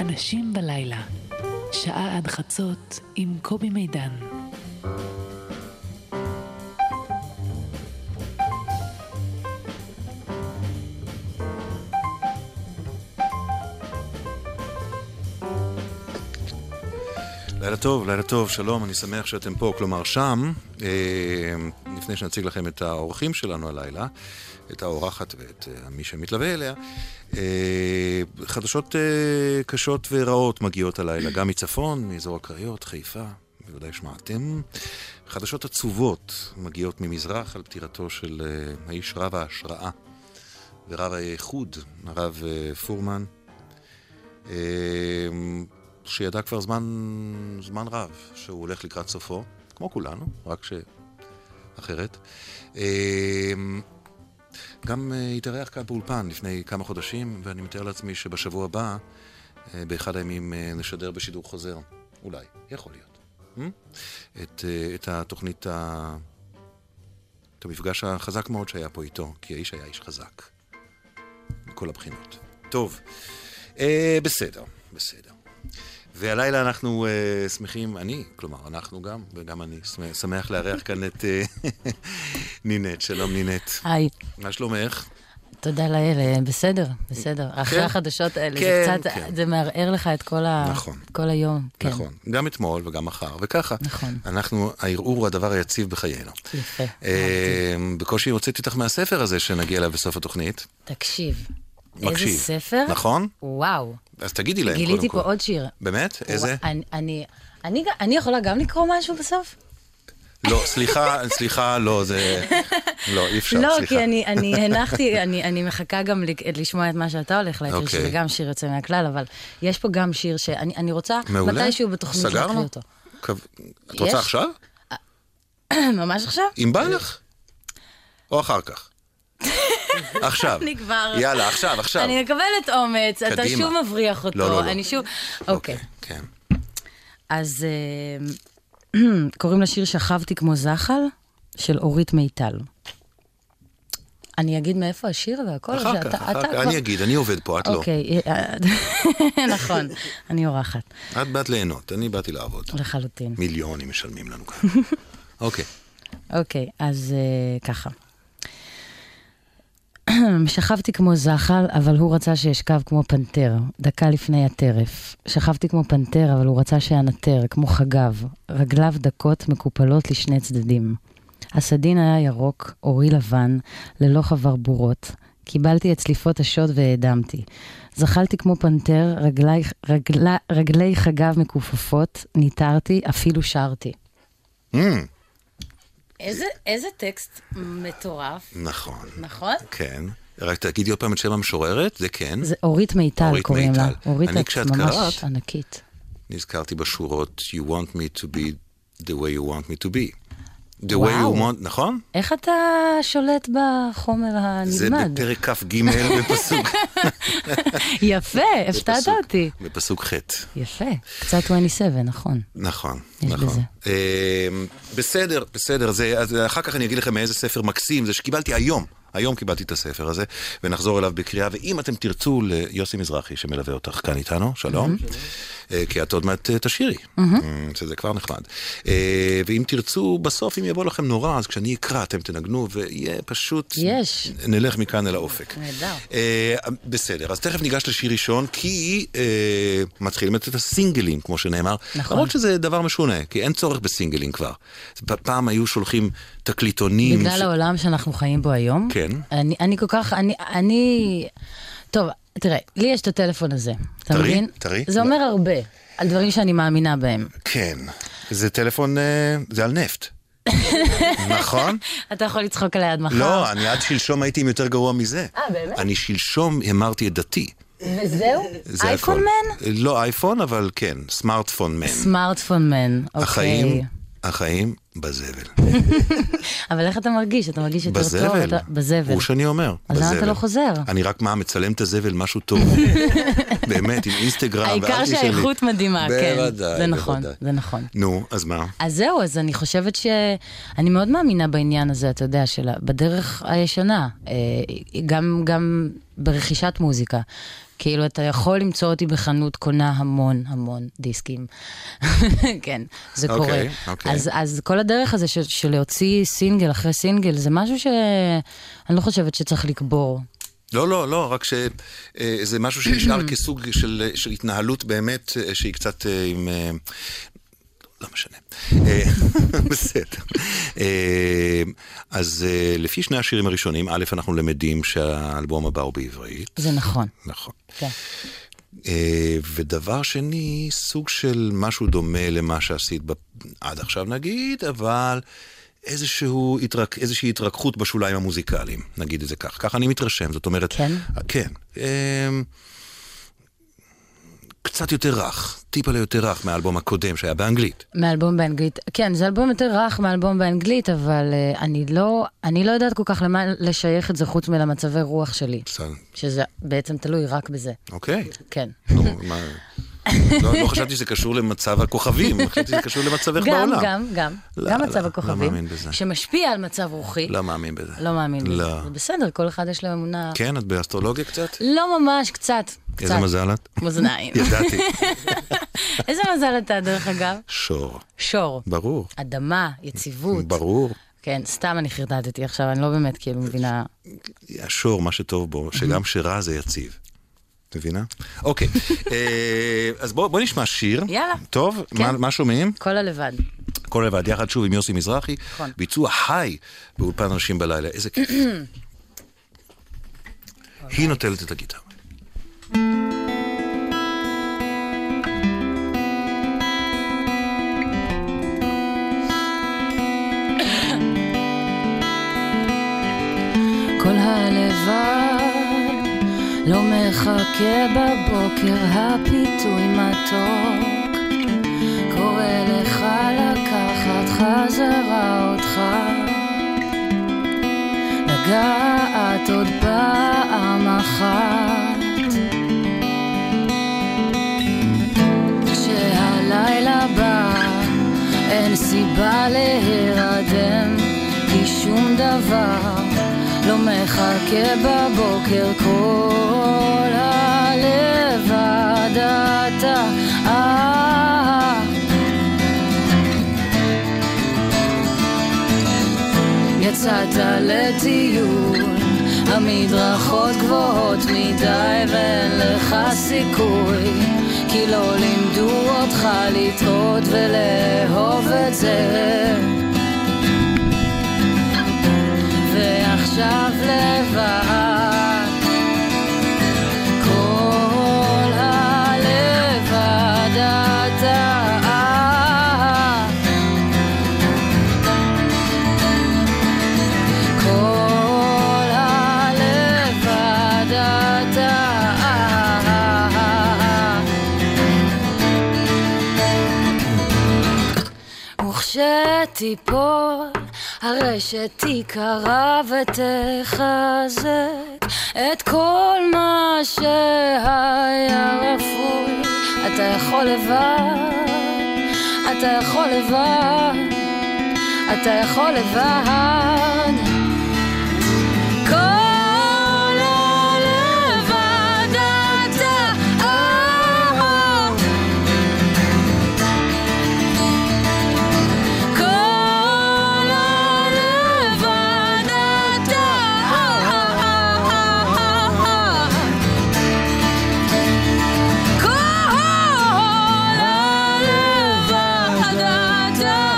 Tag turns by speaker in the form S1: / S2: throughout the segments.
S1: נפגשים בלילה, שעה עד חצות עם קובי מידן.
S2: לילה טוב, לילה טוב, שלום, אני שמח שאתם פה, כלומר שם. אה, לפני שנציג לכם את האורחים שלנו הלילה, את האורחת ואת אה, מי שמתלווה אליה, אה, חדשות אה, קשות ורעות מגיעות הלילה, גם מצפון, מאזור הקריות, חיפה, בוודאי שמעתם. חדשות עצובות מגיעות ממזרח על פטירתו של אה, האיש רב ההשראה ורב האיחוד, הרב אה, פורמן. אה, שידע כבר זמן, זמן רב שהוא הולך לקראת סופו, כמו כולנו, רק שאחרת. אמ, גם אה, התארח כאן באולפן לפני כמה חודשים, ואני מתאר לעצמי שבשבוע הבא, אה, באחד הימים, אה, נשדר בשידור חוזר. אולי, יכול להיות. אמ? את, אה, את התוכנית, ה... את המפגש החזק מאוד שהיה פה איתו, כי האיש היה איש חזק. מכל הבחינות. טוב, אה, בסדר, בסדר. והלילה אנחנו uh, שמחים, אני, כלומר, אנחנו גם, וגם אני שמח, שמח לארח כאן את uh, נינט. שלום נינט.
S3: היי,
S2: מה שלומך?
S3: תודה לאל, אה, בסדר, בסדר. אחרי החדשות האלה, זה
S2: כן,
S3: קצת,
S2: כן.
S3: זה מערער לך את כל ה-
S2: נכון.
S3: את כל היום. כן.
S2: נכון. גם אתמול וגם מחר, וככה.
S3: נכון.
S2: אנחנו, הערעור הוא הדבר היציב בחיינו.
S3: כן, יפה.
S2: אה, בקושי הוצאתי אותך מהספר הזה שנגיע אליו בסוף התוכנית.
S3: תקשיב, איזה
S2: מקשיב.
S3: ספר?
S2: נכון?
S3: וואו.
S2: אז תגידי להם קודם כל.
S3: גיליתי פה עוד שיר.
S2: באמת? איזה?
S3: וואו, אני- אני- אני גם- אני יכולה גם לקרוא משהו בסוף?
S2: לא, סליחה, סליחה, לא, זה... לא, אי אפשר,
S3: לא,
S2: סליחה.
S3: כי אני- אני הנחתי, אני- אני מחכה גם לק- לשמוע את מה שאתה הולך להקריא,
S2: אוקיי.
S3: שזה גם שיר יוצא מהכלל, אבל יש פה גם שיר שאני אני רוצה
S2: מעולה.
S3: מתישהו בתוכנית להקריא
S2: סגרנו?
S3: אותו.
S2: קו- את
S3: יש?
S2: רוצה עכשיו?
S3: ממש עכשיו?
S2: אם בא לך? או אחר כך? עכשיו.
S3: אני כבר-
S2: יאללה, עכשיו, עכשיו.
S3: אני מקבלת אומץ, אתה
S2: קדימה.
S3: שוב מבריח אותו.
S2: לא, לא, לא.
S3: אני שוב... אוקיי.
S2: כן.
S3: אז אה, קוראים לשיר שכבתי כמו זחל, של אורית מיטל. אני אגיד מאיפה השיר והכל,
S2: אחר
S3: שאתה-
S2: כך, אחר
S3: לא, אתה
S2: כך.
S3: כבר-
S2: אני אגיד, אני עובד פה, את לא.
S3: אוקיי, אה, נכון, אני אורחת,
S2: את באת ליהנות, אני באתי לעבוד.
S3: לחלוטין.
S2: מיליונים משלמים לנו כאן. אוקיי.
S3: אוקיי, אז אה, ככה. שכבתי כמו זחל, אבל הוא רצה שאשכב כמו פנתר, דקה לפני הטרף. שכבתי כמו פנתר, אבל הוא רצה שאנטר, כמו חגב. רגליו דקות מקופלות לשני צדדים. הסדין היה ירוק, אורי לבן, ללא חברבורות. קיבלתי את צליפות השוד והאדמתי. זחלתי כמו פנתר, רגלי, רגלי, רגלי חגב מכופפות, ניתרתי, אפילו שרתי. נכון.
S2: אמ,
S3: איזה, איזה טקסט מטורף,
S2: נכון.
S3: נכון?
S2: כן. רק תגידי עוד פעם את שם המשוררת, זה כן.
S3: זה אורית מיטל
S2: אורית
S3: קוראים לה.
S2: מיטל.
S3: אורית
S2: אני
S3: את
S2: כשאת
S3: ממש
S2: קראת-
S3: ענקית.
S2: נזכרתי בשורות You want me to be the way you want me to be. The way you
S3: וואו.
S2: want, נכון?
S3: איך אתה שולט בחומר
S2: זה
S3: הנלמד?
S2: בפרק כ"ג בפסוק
S3: יפה, הפתעת
S2: בפסוק-
S3: אותי.
S2: בפסוק ח'.
S3: יפה, קצת 27, נכון.
S2: נכון,
S3: יש
S2: נכון.
S3: בזה.
S2: אמ, בסדר, בסדר, זה, אז אחר כך אני אגיד לכם מאיזה ספר מקסים זה שקיבלתי היום. היום קיבלתי את הספר הזה, ונחזור אליו בקריאה, ואם אתם תרצו ליוסי מזרחי שמלווה אותך כאן איתנו, שלום, אה, כי את עוד מעט אה, תשירי, אמ, שזה כבר נחמד. אה, ואם תרצו, בסוף אם יבוא לכם נורא, אז כשאני אקרא אתם תנגנו, ויהיה פשוט...
S3: יש.
S2: נלך מכאן אל האופק.
S3: נהדר.
S2: אה, בסדר, אז תכף ניגש לשיר ראשון, כי אה, מתחילים את הסינגלים, כמו שנאמר.
S3: נכון.
S2: למרות שזה דבר משונה, כי אין צורך בסינגלים כבר. פ- פעם היו שולחים תקליטונים.
S3: בגלל העולם שאנחנו חיים בו היום.
S2: כן.
S3: אני, אני כל כך, אני, אני... טוב, תראה, לי יש את הטלפון הזה, אתה
S2: טרי?
S3: מבין?
S2: טרי?
S3: זה אומר הרבה על דברים שאני מאמינה בהם.
S2: כן. זה טלפון, אה, זה על נפט. נכון?
S3: אתה יכול לצחוק עליי עד מחר.
S2: לא, אני עד שלשום הייתי עם יותר גרוע מזה.
S3: אה, באמת?
S2: אני שלשום המרתי את דתי.
S3: וזהו?
S2: זה
S3: אייפון
S2: הכל.
S3: מן?
S2: לא אייפון, אבל כן, סמארטפון מן.
S3: סמארטפון מן, אוקיי.
S2: החיים, החיים בזבל.
S3: אבל איך אתה מרגיש? אתה מרגיש יותר טוב?
S2: בזבל.
S3: אתה- בזבל.
S2: הוא שאני אומר.
S3: אז למה אתה
S2: בזבל.
S3: לא חוזר?
S2: אני רק מה, מצלם את הזבל, משהו טוב. באמת, עם אינסטגרם.
S3: העיקר
S2: ואלפי שלי.
S3: שהאיכות מדהימה, כן.
S2: בוודאי,
S3: זה נכון,
S2: בוודאי.
S3: זה נכון.
S2: נו, אז מה?
S3: אז זהו, אז אני חושבת ש... אני מאוד מאמינה בעניין הזה, אתה יודע, של... ה- בדרך הישנה, אה, גם, גם ברכישת מוזיקה. כאילו, אתה יכול למצוא אותי בחנות קונה המון המון דיסקים. כן, זה קורה.
S2: אוקיי, אוקיי.
S3: אז, אז כל הדרך הזה של, של להוציא סינגל אחרי סינגל, זה משהו שאני לא חושבת שצריך לקבור.
S2: לא, לא, לא, רק שזה משהו שנשאר כסוג של, של התנהלות באמת, אה, שהיא קצת אה, עם... אה, לא משנה. אה, בסדר. אה, אז אה, לפי שני השירים הראשונים, א', אנחנו למדים שהאלבום הבא הוא בעברית.
S3: זה נכון.
S2: נכון.
S3: כן.
S2: אה, ודבר שני, סוג של משהו דומה למה שעשית ב... עד עכשיו נגיד, אבל איזשהו התרק... איזושהי התרככות בשוליים המוזיקליים, נגיד את זה כך. ככה אני מתרשם, זאת אומרת...
S3: כן?
S2: אה, כן. אה, קצת יותר רך, טיפה ליותר רך מהאלבום הקודם שהיה באנגלית.
S3: מאלבום באנגלית, כן, זה אלבום יותר רך מאלבום באנגלית, אבל uh, אני, לא, אני לא יודעת כל כך למה לשייך את זה חוץ מלמצבי רוח שלי,
S2: בסדר,
S3: שזה בעצם תלוי רק בזה,
S2: אוקיי.
S3: כן.
S2: נו, מה... לא, לא חשבתי שזה קשור למצב הכוכבים, חשבתי שזה קשור למצבך
S3: גם,
S2: בעולם.
S3: גם, גם,
S2: לא,
S3: גם
S2: לא,
S3: מצב
S2: לא
S3: הכוכבים,
S2: מאמין בזה.
S3: שמשפיע על מצב רוחי,
S2: לא מאמין בזה.
S3: לא מאמין בזה.
S2: לא.
S3: זה בסדר, כל אחד יש לו אמונה.
S2: כן, את באסטרולוגיה קצת?
S3: לא ממש, קצת, קצת.
S2: איזה מזל את?
S3: מאזניים.
S2: ידעתי.
S3: איזה מזל אתה, דרך אגב?
S2: שור.
S3: שור,
S2: ברור.
S3: אדמה, יציבות.
S2: ברור.
S3: כן, סתם אני חרטטתי עכשיו, אני לא באמת כאילו מבינה.
S2: השור, מה שטוב בו, שגם שרע זה יציב. מבינה? אוקיי. אה, אז בוא בוא נשמע שיר.
S3: יאללה. כן.
S2: טוב, מה- מה שומעים?
S3: כל הלבד.
S2: כל לבד יחד שוב עם יוסי מזרחי.
S3: נכון.
S2: ביצוע חי באולפן אנשים בלילה. איזה כיף. היא נוטלת את הגיטרה.
S3: כל הלבד לא מחכה בבוקר הפיתוי מתוק קורא לך לקחת חזרה אותך לגעת עוד פעם אחת כשהלילה בא, אין סיבה להירדם, כי שום דבר לא מחכה בבוקר כל הלבד אתה. אה, יצאת לטיול, המדרכות גבוהות מדי ואין לך סיכוי, כי לא לימדו אותך לטעות ולאהוב את זה. ועכשיו לבד, כל הלבד אתה. כל הלבד אתה. וכשתיפול, הרי שתיקרע ותחזק את כל מה שהיה רפוי. אתה יכול לבד, אתה יכול לבד, אתה יכול לבד. כל הלבד אתה. אה, כל הלבד אתה. כל הלבד אתה.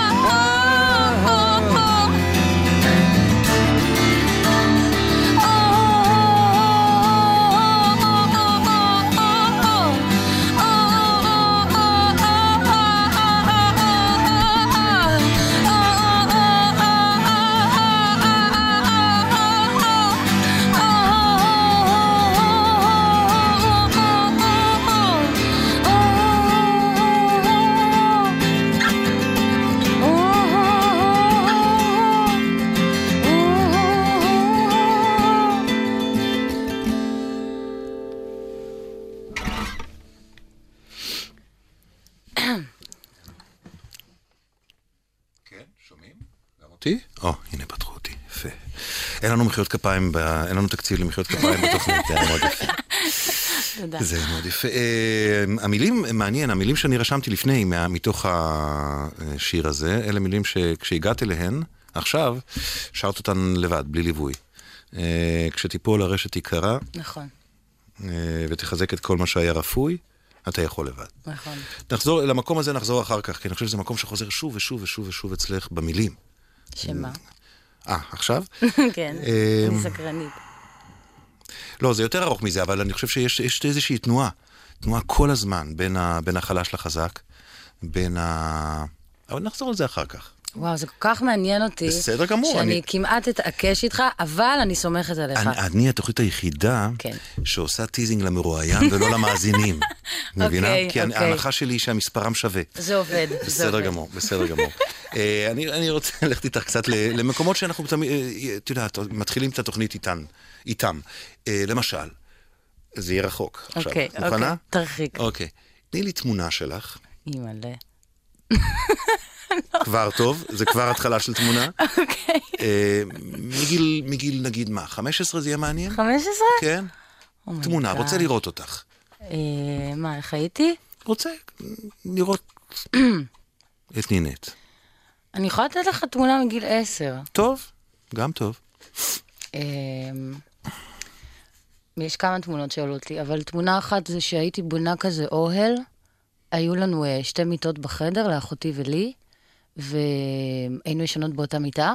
S2: אותי? או, הנה פתחו אותי, יפה. אין לנו מחיאות כפיים, ב... אין לנו תקציב למחיאות כפיים בתוכנית, זה היה מאוד יפה.
S3: תודה.
S2: זה מאוד יפה. אה, המילים, מעניין, המילים שאני רשמתי לפני, מה, מתוך השיר הזה, אלה מילים שכשהגעת אליהן, עכשיו, שרת אותן לבד, בלי ליווי. אה, כשתיפול הרשת תיקרע,
S3: נכון,
S2: אה, ותחזק את כל מה שהיה רפוי, אתה יכול לבד.
S3: נכון.
S2: נחזור, למקום הזה נחזור אחר כך, כי אני חושב שזה מקום שחוזר שוב ושוב ושוב ושוב אצלך במילים.
S3: שמה?
S2: אה, עכשיו?
S3: כן,
S2: אמ,
S3: אני סקרנית.
S2: לא, זה יותר ארוך מזה, אבל אני חושב שיש יש איזושהי תנועה. תנועה כל הזמן בין, ה, בין החלש לחזק, בין ה... אבל נחזור לזה אחר כך.
S3: וואו, זה כל כך מעניין אותי.
S2: בסדר גמור,
S3: שאני
S2: אני-
S3: כמעט אתעקש איתך, אבל אני סומכת עליך.
S2: אני, אני התוכנית היחידה
S3: כן.
S2: שעושה טיזינג למרואיין ולא למאזינים. מבינה?
S3: אוקיי,
S2: כי אני-
S3: אוקיי.
S2: ההנחה שלי היא שהמספרם שווה.
S3: זה עובד, זה אוקיי.
S2: בסדר
S3: עובד.
S2: גמור, בסדר גמור. אה, אני, אני רוצה ללכת איתך קצת ל- למקומות שאנחנו תמיד, אה, את יודעת, מתחילים את התוכנית איתן, איתם. אה, למשל, זה יהיה רחוק עכשיו.
S3: אוקיי, אוקיי,
S2: מוכנה?
S3: תרחיק.
S2: אוקיי. תני לי תמונה שלך,
S3: אימא'לה.
S2: כבר טוב, זה כבר התחלה של תמונה.
S3: אוקיי.
S2: אה, מגיל, מגיל נגיד מה, 15 זה יהיה מעניין?
S3: 15?
S2: כן.
S3: אומייגאד.
S2: תמונה, רוצה לראות אותך.
S3: אה, מה, איך הייתי?
S2: רוצה לראות את נינט.
S3: אני יכולה לתת לך תמונה מגיל 10.
S2: טוב, גם טוב.
S3: אמ, יש כמה תמונות שעולות לי, אבל תמונה אחת זה שהייתי בונה כזה אוהל. היו לנו אה, שתי מיטות בחדר, לאחותי ולי, והיינו ישנות באותה מיטה.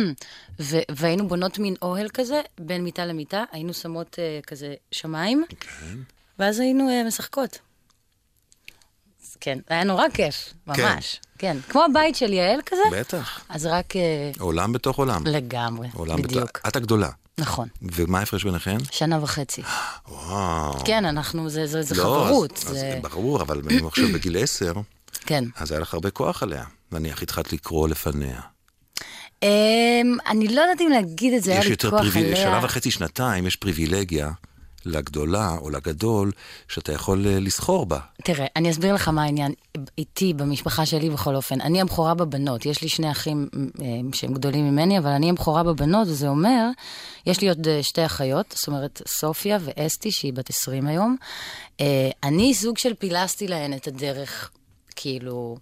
S3: ו- והיינו בונות מין אוהל כזה, בין מיטה למיטה, היינו שמות אה, כזה שמיים,
S2: כן.
S3: ואז היינו אה, משחקות. אז כן, היה נורא כיף, ממש. כן. כמו הבית של יעל כזה,
S2: בטח.
S3: אז רק אה,
S2: עולם בתוך עולם.
S3: לגמרי,
S2: עולם בתוך-
S3: בדיוק.
S2: את הגדולה.
S3: נכון.
S2: ומה ההפרש ביניכן?
S3: שנה וחצי.
S2: וואו.
S3: כן, אנחנו, זה, זה, זה
S2: נכון. לא, אז-
S3: חברות.
S2: אז
S3: זה...
S2: ברור, אבל אם עכשיו בגיל 10,
S3: כן.
S2: אז היה לך הרבה כוח עליה. נניח התחלת לקרוא לפניה.
S3: אמ, אני לא יודעת אם להגיד את זה, היה
S2: יש
S3: לי
S2: יותר
S3: כוח
S2: פריבילגיה,
S3: עליה.
S2: שנה וחצי, שנתיים, יש פריבילגיה לגדולה או לגדול, שאתה יכול אה, לסחור בה.
S3: תראה, אני אסביר לך מה העניין. איתי, במשפחה שלי בכל אופן, אני הבכורה בבנות. יש לי שני אחים אמ, שהם גדולים ממני, אבל אני הבכורה בבנות, וזה אומר, יש לי עוד אה, שתי אחיות, זאת אומרת, סופיה ואסתי, שהיא בת 20 היום. אה, אני סוג של פילסתי להן את הדרך, כאילו,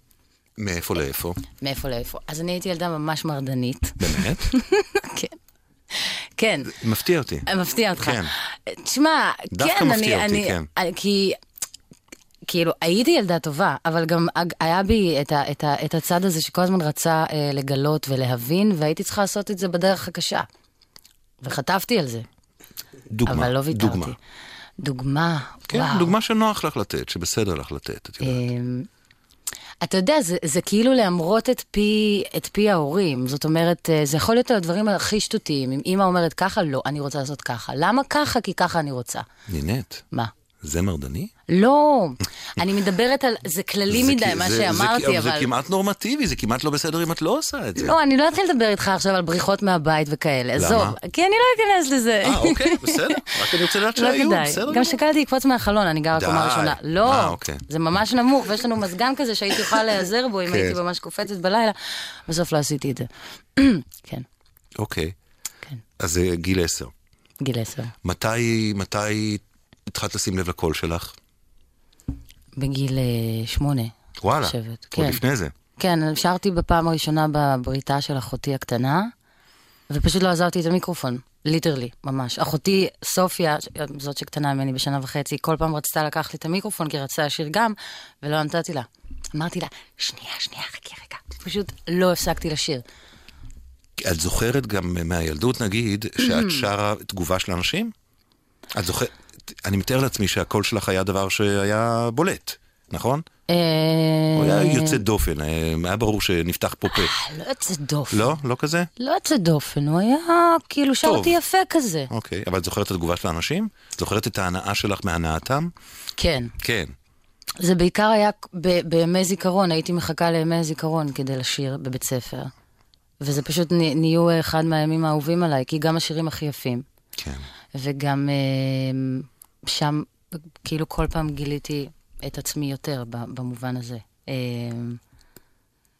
S2: מאיפה לאיפה?
S3: מאיפה לאיפה. אז אני הייתי ילדה ממש מרדנית.
S2: באמת?
S3: כן. כן.
S2: מפתיע אותי.
S3: מפתיע אותך.
S2: כן.
S3: תשמע,
S2: דווקא
S3: כן,
S2: מפתיע
S3: אני,
S2: אותי,
S3: אני,
S2: כן.
S3: אני, כי... כאילו, הייתי ילדה טובה, אבל גם הג- היה בי את, ה, את, ה, את הצד הזה שכל הזמן רצה אה, לגלות ולהבין, והייתי צריכה לעשות את זה בדרך הקשה. וחטפתי על זה,
S2: דוגמה.
S3: אבל לא ויתרתי.
S2: דוגמה.
S3: דוגמה,
S2: כן,
S3: וואו.
S2: דוגמה שנוח לך לתת, שבסדר לך לתת, את יודעת.
S3: אמ, אתה יודע, זה, זה כאילו להמרות את פי, את פי ההורים. זאת אומרת, אה, זה יכול להיות על הדברים הכי שטותיים. אם אימא אומרת ככה, לא, אני רוצה לעשות ככה. למה ככה? כי ככה אני רוצה.
S2: נינת,
S3: מה?
S2: זה מרדני?
S3: לא, אני מדברת על, זה כללי
S2: זה
S3: מדי,
S2: כי-
S3: מה
S2: זה- זה-
S3: שאמרתי,
S2: זה
S3: אבל...
S2: כמעט נורמטיבי, זה כמעט לא בסדר אם את לא עושה את זה.
S3: לא, אני לא אתחיל לדבר איתך עכשיו על בריחות מהבית וכאלה.
S2: למה?
S3: עזוב, כי אני לא אכנס לזה.
S2: אה, אוקיי, בסדר. רק אני רוצה לדעת
S3: לא
S2: שהיו,
S3: כדאי.
S2: בסדר.
S3: גם
S2: גמור.
S3: שקלתי לקפוץ מהחלון, אני גרה
S2: די.
S3: קומה ראשונה. לא,
S2: אה, אוקיי.
S3: זה ממש נמוך, ויש לנו מזגן כזה שהייתי יכולה להיעזר בו אם
S2: כן.
S3: הייתי ממש קופצת בלילה. בסוף לא עשיתי את זה. כן,
S2: אוקיי,
S3: כן,
S2: אז זה גיל 10.
S3: גיל עשר.
S2: מתי, מתי התחלת לשים לב לקול שלך?
S3: בגיל אה, שמונה.
S2: וואלה,
S3: חושבת,
S2: עוד
S3: כן.
S2: לפני זה.
S3: כן, שרתי בפעם הראשונה בבריתה של אחותי הקטנה, ופשוט לא עזבתי את המיקרופון, ליטרלי, ממש. אחותי, סופיה, ש- זאת שקטנה ממני בשנה וחצי, כל פעם רצתה לקחת לי את המיקרופון, כי רצתה לשיר גם, ולא נתתי לה. אמרתי לה, שנייה, שנייה, חכי רגע. פשוט לא הפסקתי לשיר.
S2: את זוכרת גם מהילדות, נגיד, שאת שרה תגובה של אנשים? את זוכרת, אני מתאר לעצמי שהקול שלך היה דבר שהיה בולט, נכון?
S3: אה,
S2: הוא היה יוצא דופן, אה, היה ברור שנפתח פה פה.
S3: לא יוצא דופן.
S2: לא? לא כזה?
S3: לא יוצא דופן, הוא היה כאילו שרתי יפה כזה.
S2: אוקיי, אבל את זוכרת את התגובה של האנשים? זוכרת את ההנאה שלך מהנאתם?
S3: כן.
S2: כן.
S3: זה בעיקר היה ב- בימי זיכרון, הייתי מחכה לימי זיכרון כדי לשיר בבית ספר. וזה פשוט נ- נהיו אה, אחד מהימים האהובים עליי, כי גם השירים הכי יפים.
S2: כן.
S3: וגם אה, שם, כאילו כל פעם גיליתי את עצמי יותר ב- במובן הזה. אה,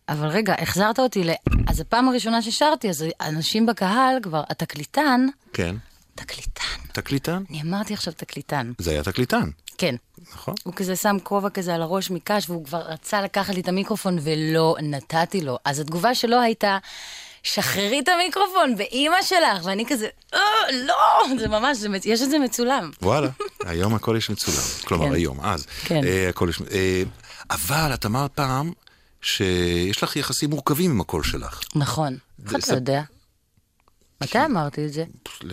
S3: אבל רגע, החזרת אותי ל... אז הפעם הראשונה ששרתי, אז אנשים בקהל כבר, התקליטן,
S2: כן.
S3: תקליטן.
S2: תקליטן?
S3: אני אמרתי עכשיו תקליטן.
S2: זה היה תקליטן,
S3: כן.
S2: נכון?
S3: הוא כזה שם כובע כזה על הראש מקש, והוא כבר רצה לקחת לי את המיקרופון ולא נתתי לו. אז התגובה שלו הייתה, שחררי את המיקרופון באימא שלך, ואני כזה, "אה, לא, זה ממש, זה מצ- יש את זה מצולם.
S2: וואלה, היום הכל יש מצולם. כלומר,
S3: כן.
S2: היום, אז.
S3: כן.
S2: אה, הכל יש... אה, אבל את אמרת פעם שיש לך יחסים מורכבים עם הקול שלך.
S3: נכון.
S2: זה
S3: איך אתה
S2: סב-
S3: יודע? מתי אמרתי את זה?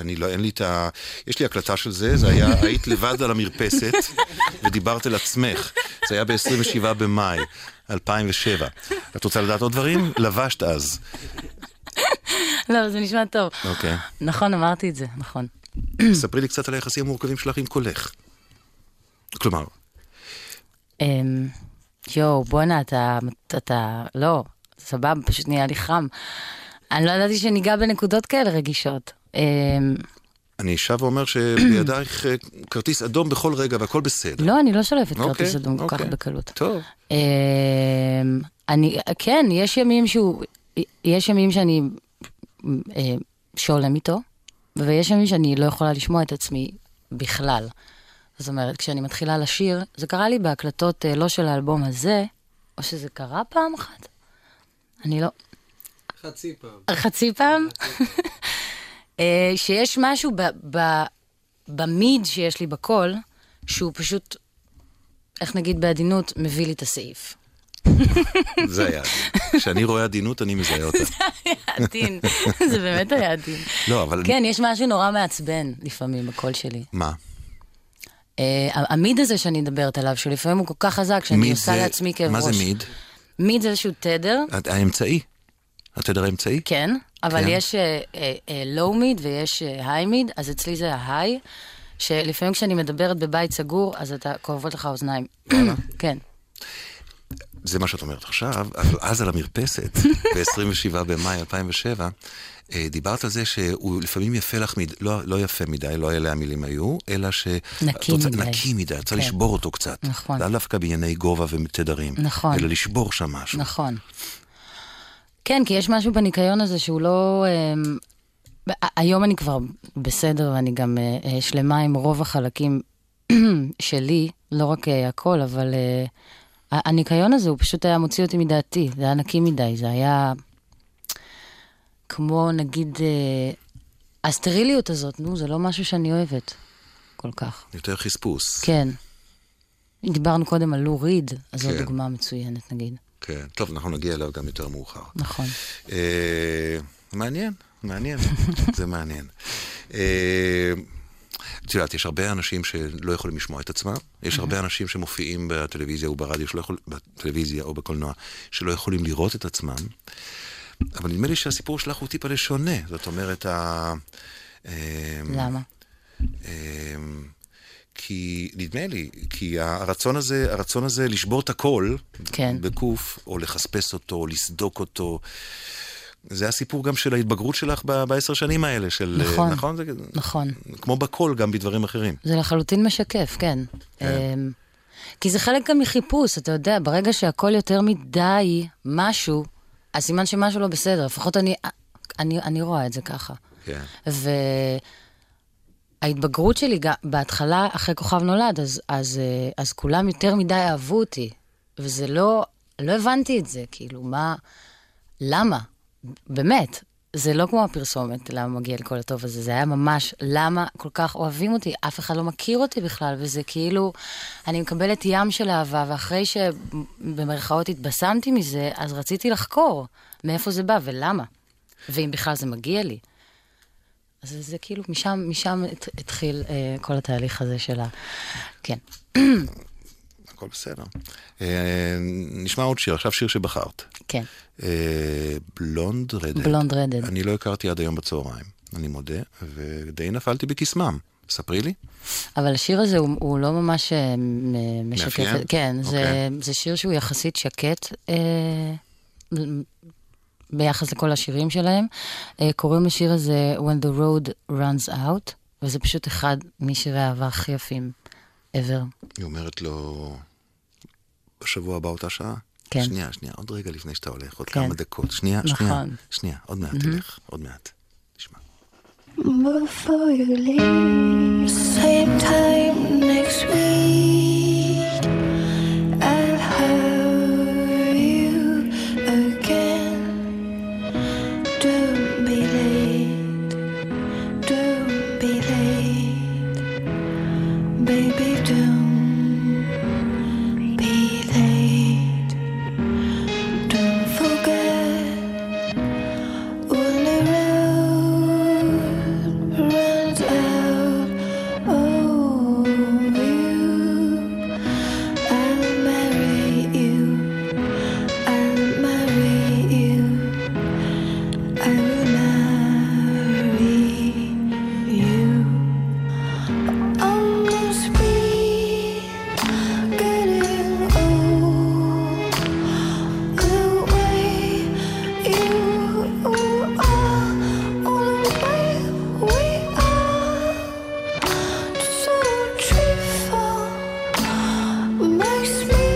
S2: אני לא, אין לי את ה... יש לי הקלטה של זה, זה היה, היית לבד על המרפסת ודיברת אל עצמך. זה היה ב-27 במאי 2007. את רוצה לדעת עוד דברים? לבשת אז.
S3: לא, זה נשמע טוב.
S2: אוקיי.
S3: נכון, אמרתי את זה, נכון.
S2: ספרי לי קצת על היחסים המורכבים שלך עם קולך. כלומר,
S3: אמ, יואו, בואנה, אתה, אתה, לא, סבבה, פשוט נהיה לי חם. אני לא ידעתי שניגע בנקודות כאלה רגישות. אמ,
S2: אני שב ואומר שבידייך אה, כרטיס אדום בכל רגע והכל בסדר.
S3: לא, אני לא שולפת
S2: אוקיי,
S3: כרטיס אדום כל כך
S2: אוקיי.
S3: בקלות.
S2: טוב.
S3: אמ, אני, כן, יש ימים שהוא, יש ימים שאני אה, שהולם איתו, ויש ימים שאני לא יכולה לשמוע את עצמי בכלל. זאת אומרת, כשאני מתחילה לשיר, זה קרה לי בהקלטות אה, לא של האלבום הזה, או שזה קרה פעם אחת? אני לא...
S4: חצי פעם.
S3: חצי פעם? אה, שיש משהו ב- ב- במיד שיש לי בקול, שהוא פשוט, איך נגיד בעדינות, מביא לי את הסעיף.
S2: זה היה עדין. כשאני רואה עדינות, אני מזהה אותה.
S3: עדין, זה באמת היה עדין.
S2: לא, אבל...
S3: כן, יש משהו נורא מעצבן לפעמים בקול שלי.
S2: מה?
S3: אה, המיד הזה שאני מדברת עליו, שלפעמים הוא כל כך חזק, שאני
S2: מיד
S3: עושה
S2: זה-
S3: לעצמי כאב ראש.
S2: מה זה מיד?
S3: מיד זה איזשהו תדר,
S2: הת- האמצעי. התדר האמצעי?
S3: כן, אבל
S2: כן.
S3: יש אה, לואו מיד ויש היי מיד, אז אצלי זה ההיי, שלפעמים כשאני מדברת בבית סגור, אז אתה, כואבות לך האוזניים. כן.
S2: זה מה שאת אומרת עכשיו, אבל אז על המרפסת, ב-27 במאי 2007, אה, דיברת על זה שהוא לפעמים יפה לך, מד... לא, לא יפה מדי, לא אלה המילים היו, אלא ש...
S3: נקי
S2: את רוצה-
S3: מדי.
S2: נקי מדי, את רוצה
S3: כן.
S2: לשבור אותו קצת.
S3: נכון.
S2: לאו דווקא בענייני גובה ותדרים.
S3: נכון.
S2: אלא לשבור שם משהו.
S3: נכון. כן, כי יש משהו בניקיון הזה שהוא לא... אמ, ב- היום אני כבר בסדר, ואני גם אה, אה, שלמה עם רוב החלקים שלי, לא רק אה, הכל, אבל אה, ה- הניקיון הזה, הוא פשוט היה מוציא אותי מדעתי, זה היה נקי מדי, זה היה כמו נגיד... אה, הסטריליות הזאת, נו, זה לא משהו שאני אוהבת כל כך.
S2: יותר חספוס.
S3: כן. דיברנו קודם על לו ריד, אז זו
S2: כן.
S3: דוגמה מצוינת נגיד.
S2: כן. טוב, אנחנו נגיע אליו גם יותר מאוחר.
S3: נכון.
S2: אה, מעניין, מעניין, זה מעניין. אה, את יודעת, יש הרבה אנשים שלא יכולים לשמוע את עצמם, יש הרבה אנשים שמופיעים בטלוויזיה וברדיו, שלא יכול, בטלוויזיה או בקולנוע, שלא יכולים לראות את עצמם, אבל נדמה לי שהסיפור שלך הוא טיפה שונה, זאת אומרת, ה... אה,
S3: למה?
S2: אמ, כי נדמה לי, כי הרצון הזה, הרצון הזה לשבור את הכל,
S3: כן.
S2: בקוף, או לחספס אותו, לסדוק אותו, זה הסיפור גם של ההתבגרות שלך ב- בעשר שנים האלה, של...
S3: נכון.
S2: נכון? זה,
S3: נכון.
S2: כמו בכל, גם בדברים אחרים.
S3: זה לחלוטין משקף, כן. אמ, כי זה חלק גם מחיפוש, אתה יודע, ברגע שהכל יותר מדי משהו, אז סימן שמשהו לא בסדר, לפחות אני, אני, אני רואה את זה ככה.
S2: כן.
S3: וההתבגרות שלי, גם בהתחלה, אחרי כוכב נולד, אז, אז, אה, אז כולם יותר מדי אהבו אותי, וזה לא, לא הבנתי את זה, כאילו, מה, למה? באמת, זה לא כמו הפרסומת, למה מגיע לי כל הטוב הזה, זה היה ממש, למה כל כך אוהבים אותי? אף אחד לא מכיר אותי בכלל, וזה כאילו, אני מקבלת ים של אהבה, ואחרי שבמרכאות התבשמתי מזה, אז רציתי לחקור מאיפה זה בא ולמה, ואם בכלל זה מגיע לי. אז זה כאילו, משם, משם הת- התחיל אה, כל התהליך הזה של ה... כן.
S2: הכל בסדר. אה, נשמע עוד שיר, עכשיו שיר שבחרת.
S3: כן.
S2: אה, בלונד רדד.
S3: בלונד רדד.
S2: אני לא הכרתי עד היום בצהריים, אני מודה, ודי נפלתי בקסמם. ספרי לי.
S3: אבל השיר הזה הוא, הוא לא ממש אה, מ- משקף...
S2: מאפיין?
S3: כן, זה,
S2: אוקיי.
S3: זה שיר שהוא יחסית שקט אה, ל- ביחס לכל השירים שלהם. אה, קוראים לשיר הזה When the Road Runs Out, וזה פשוט אחד משירי האהבה הכי יפים ever.
S2: היא אומרת לו, בשבוע הבא אותה שעה.
S3: כן.
S2: שנייה, שנייה, עוד רגע לפני שאתה הולך, עוד
S3: כן.
S2: כמה דקות. שנייה, שנייה.
S3: נכון.
S2: שנייה, עוד מעט תלך, עוד מעט. תשמע.
S4: Before you leave, same time next week, I'll have you again. Don't be late, don't be late, baby. Don't be late. Don't forget. Only road runs out of you. I'll marry you. I'll marry you. I will marry you. Almost be getting old. The way you are, all the way we are, so truthful makes me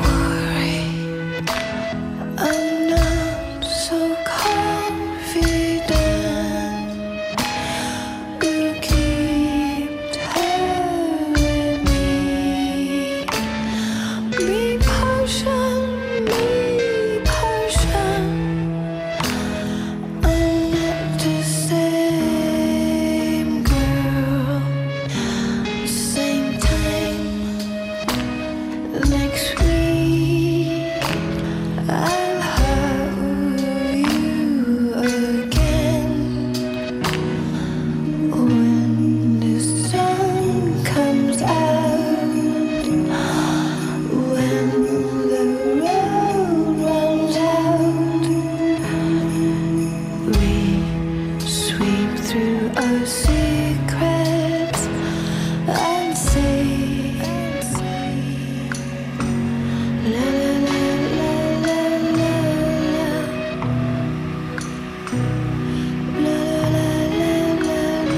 S4: worry. I'm not so confident. You keep telling me. Be patient, be patient. I'm not the same girl. Same time next week, I'll have you again. When the sun comes out. When the road runs out, we sweep through our secrets and say, La la la la la la, la la la la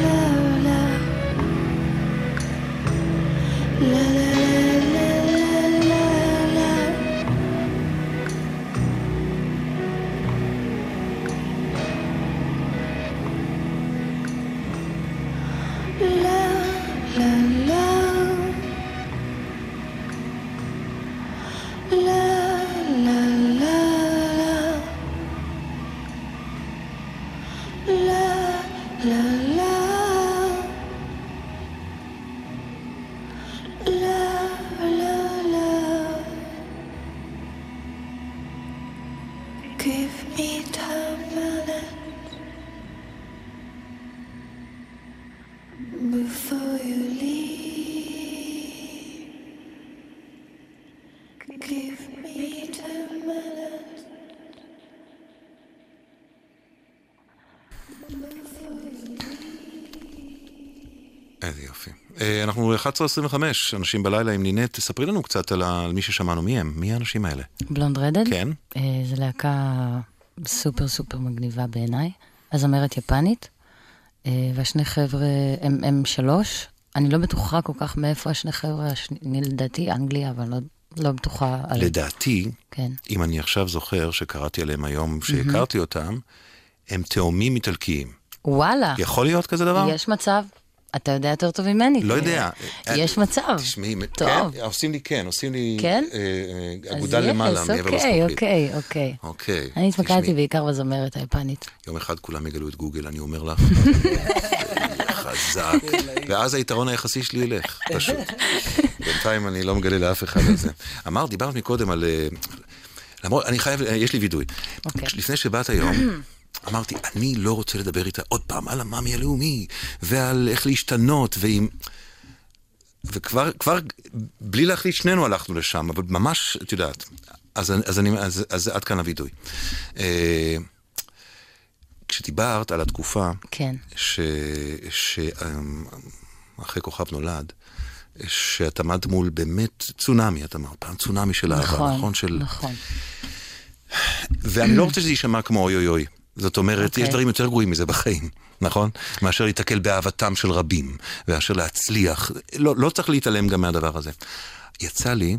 S4: la la. La la la la la la. La la la. La la la la. La la la. La la la. Give me ten minutes before you leave. Give me ten minutes.
S2: איזה יופי. אה, אנחנו 11.25, אנשים בלילה עם נינט. תספרי לנו קצת על ה- על מי ששמענו, מי הם? מי האנשים האלה?
S3: בלונד רדד?
S2: כן.
S3: אה, זו להקה סופר סופר מגניבה בעיניי. הזמרת יפנית, אה, והשני חבר'ה, הם, הם שלוש. אני לא בטוחה כל כך מאיפה השני חבר'ה, השני לדעתי אנגליה, אבל לא, לא בטוחה על...
S2: לדעתי,
S3: כן.
S2: אם אני עכשיו זוכר שקראתי עליהם היום, שהכרתי אותם, הם תאומים איטלקיים.
S3: וואלה,
S2: יכול להיות כזה דבר?
S3: אה, יש מצב. אתה יודע יותר טוב ממני. כן.
S2: לא יודע.
S3: אה, יש מצב.
S2: תשמעי,
S3: טוב.
S2: כן, עושים לי כן, עושים לי
S3: כן?
S2: אה, אה, אגודה למעלה
S3: אז
S2: מעבר
S3: יש,
S2: לזכוכית.
S3: אוקיי, אוקיי, אוקיי.
S2: אוקיי.
S3: אני
S2: תשמעי,
S3: התמקדתי בעיקר בזמרת היפנית.
S2: יום אחד כולם יגלו את גוגל, אני אומר לך. חזק. ואז היתרון היחסי שלי ילך, פשוט. בינתיים אני לא מגלה לאף אחד על זה. אמרת, דיברת מקודם על... אה, למרות, אני חייב, אה, יש לי וידוי.
S3: אוקיי.
S2: לפני שבאת היום, אמרתי, אני לא רוצה לדבר איתה עוד פעם על המאמי הלאומי, ועל איך להשתנות, ועם... וכבר, כבר, בלי להחליט, שנינו הלכנו לשם, אבל ממש, את יודעת. אז, אני- אז, אני, אז, אז עד כאן הווידוי. אה, כשדיברת על התקופה,
S3: כן.
S2: ש... ש... אמ, אחרי כוכב נולד, שאת עמדת מול באמת צונאמי, את אמרת, פעם צונאמי של אהבה, נכון?
S3: נכון,
S2: של...
S3: נכון.
S2: ואני לא רוצה שזה יישמע כמו אוי אוי אוי. זאת אומרת, okay. יש
S3: אוקיי.
S2: דברים יותר גרועים מזה בחיים, נכון? מאשר להתקל באהבתם של רבים, מאשר להצליח. לא, לא צריך להתעלם גם מהדבר הזה. יצא לי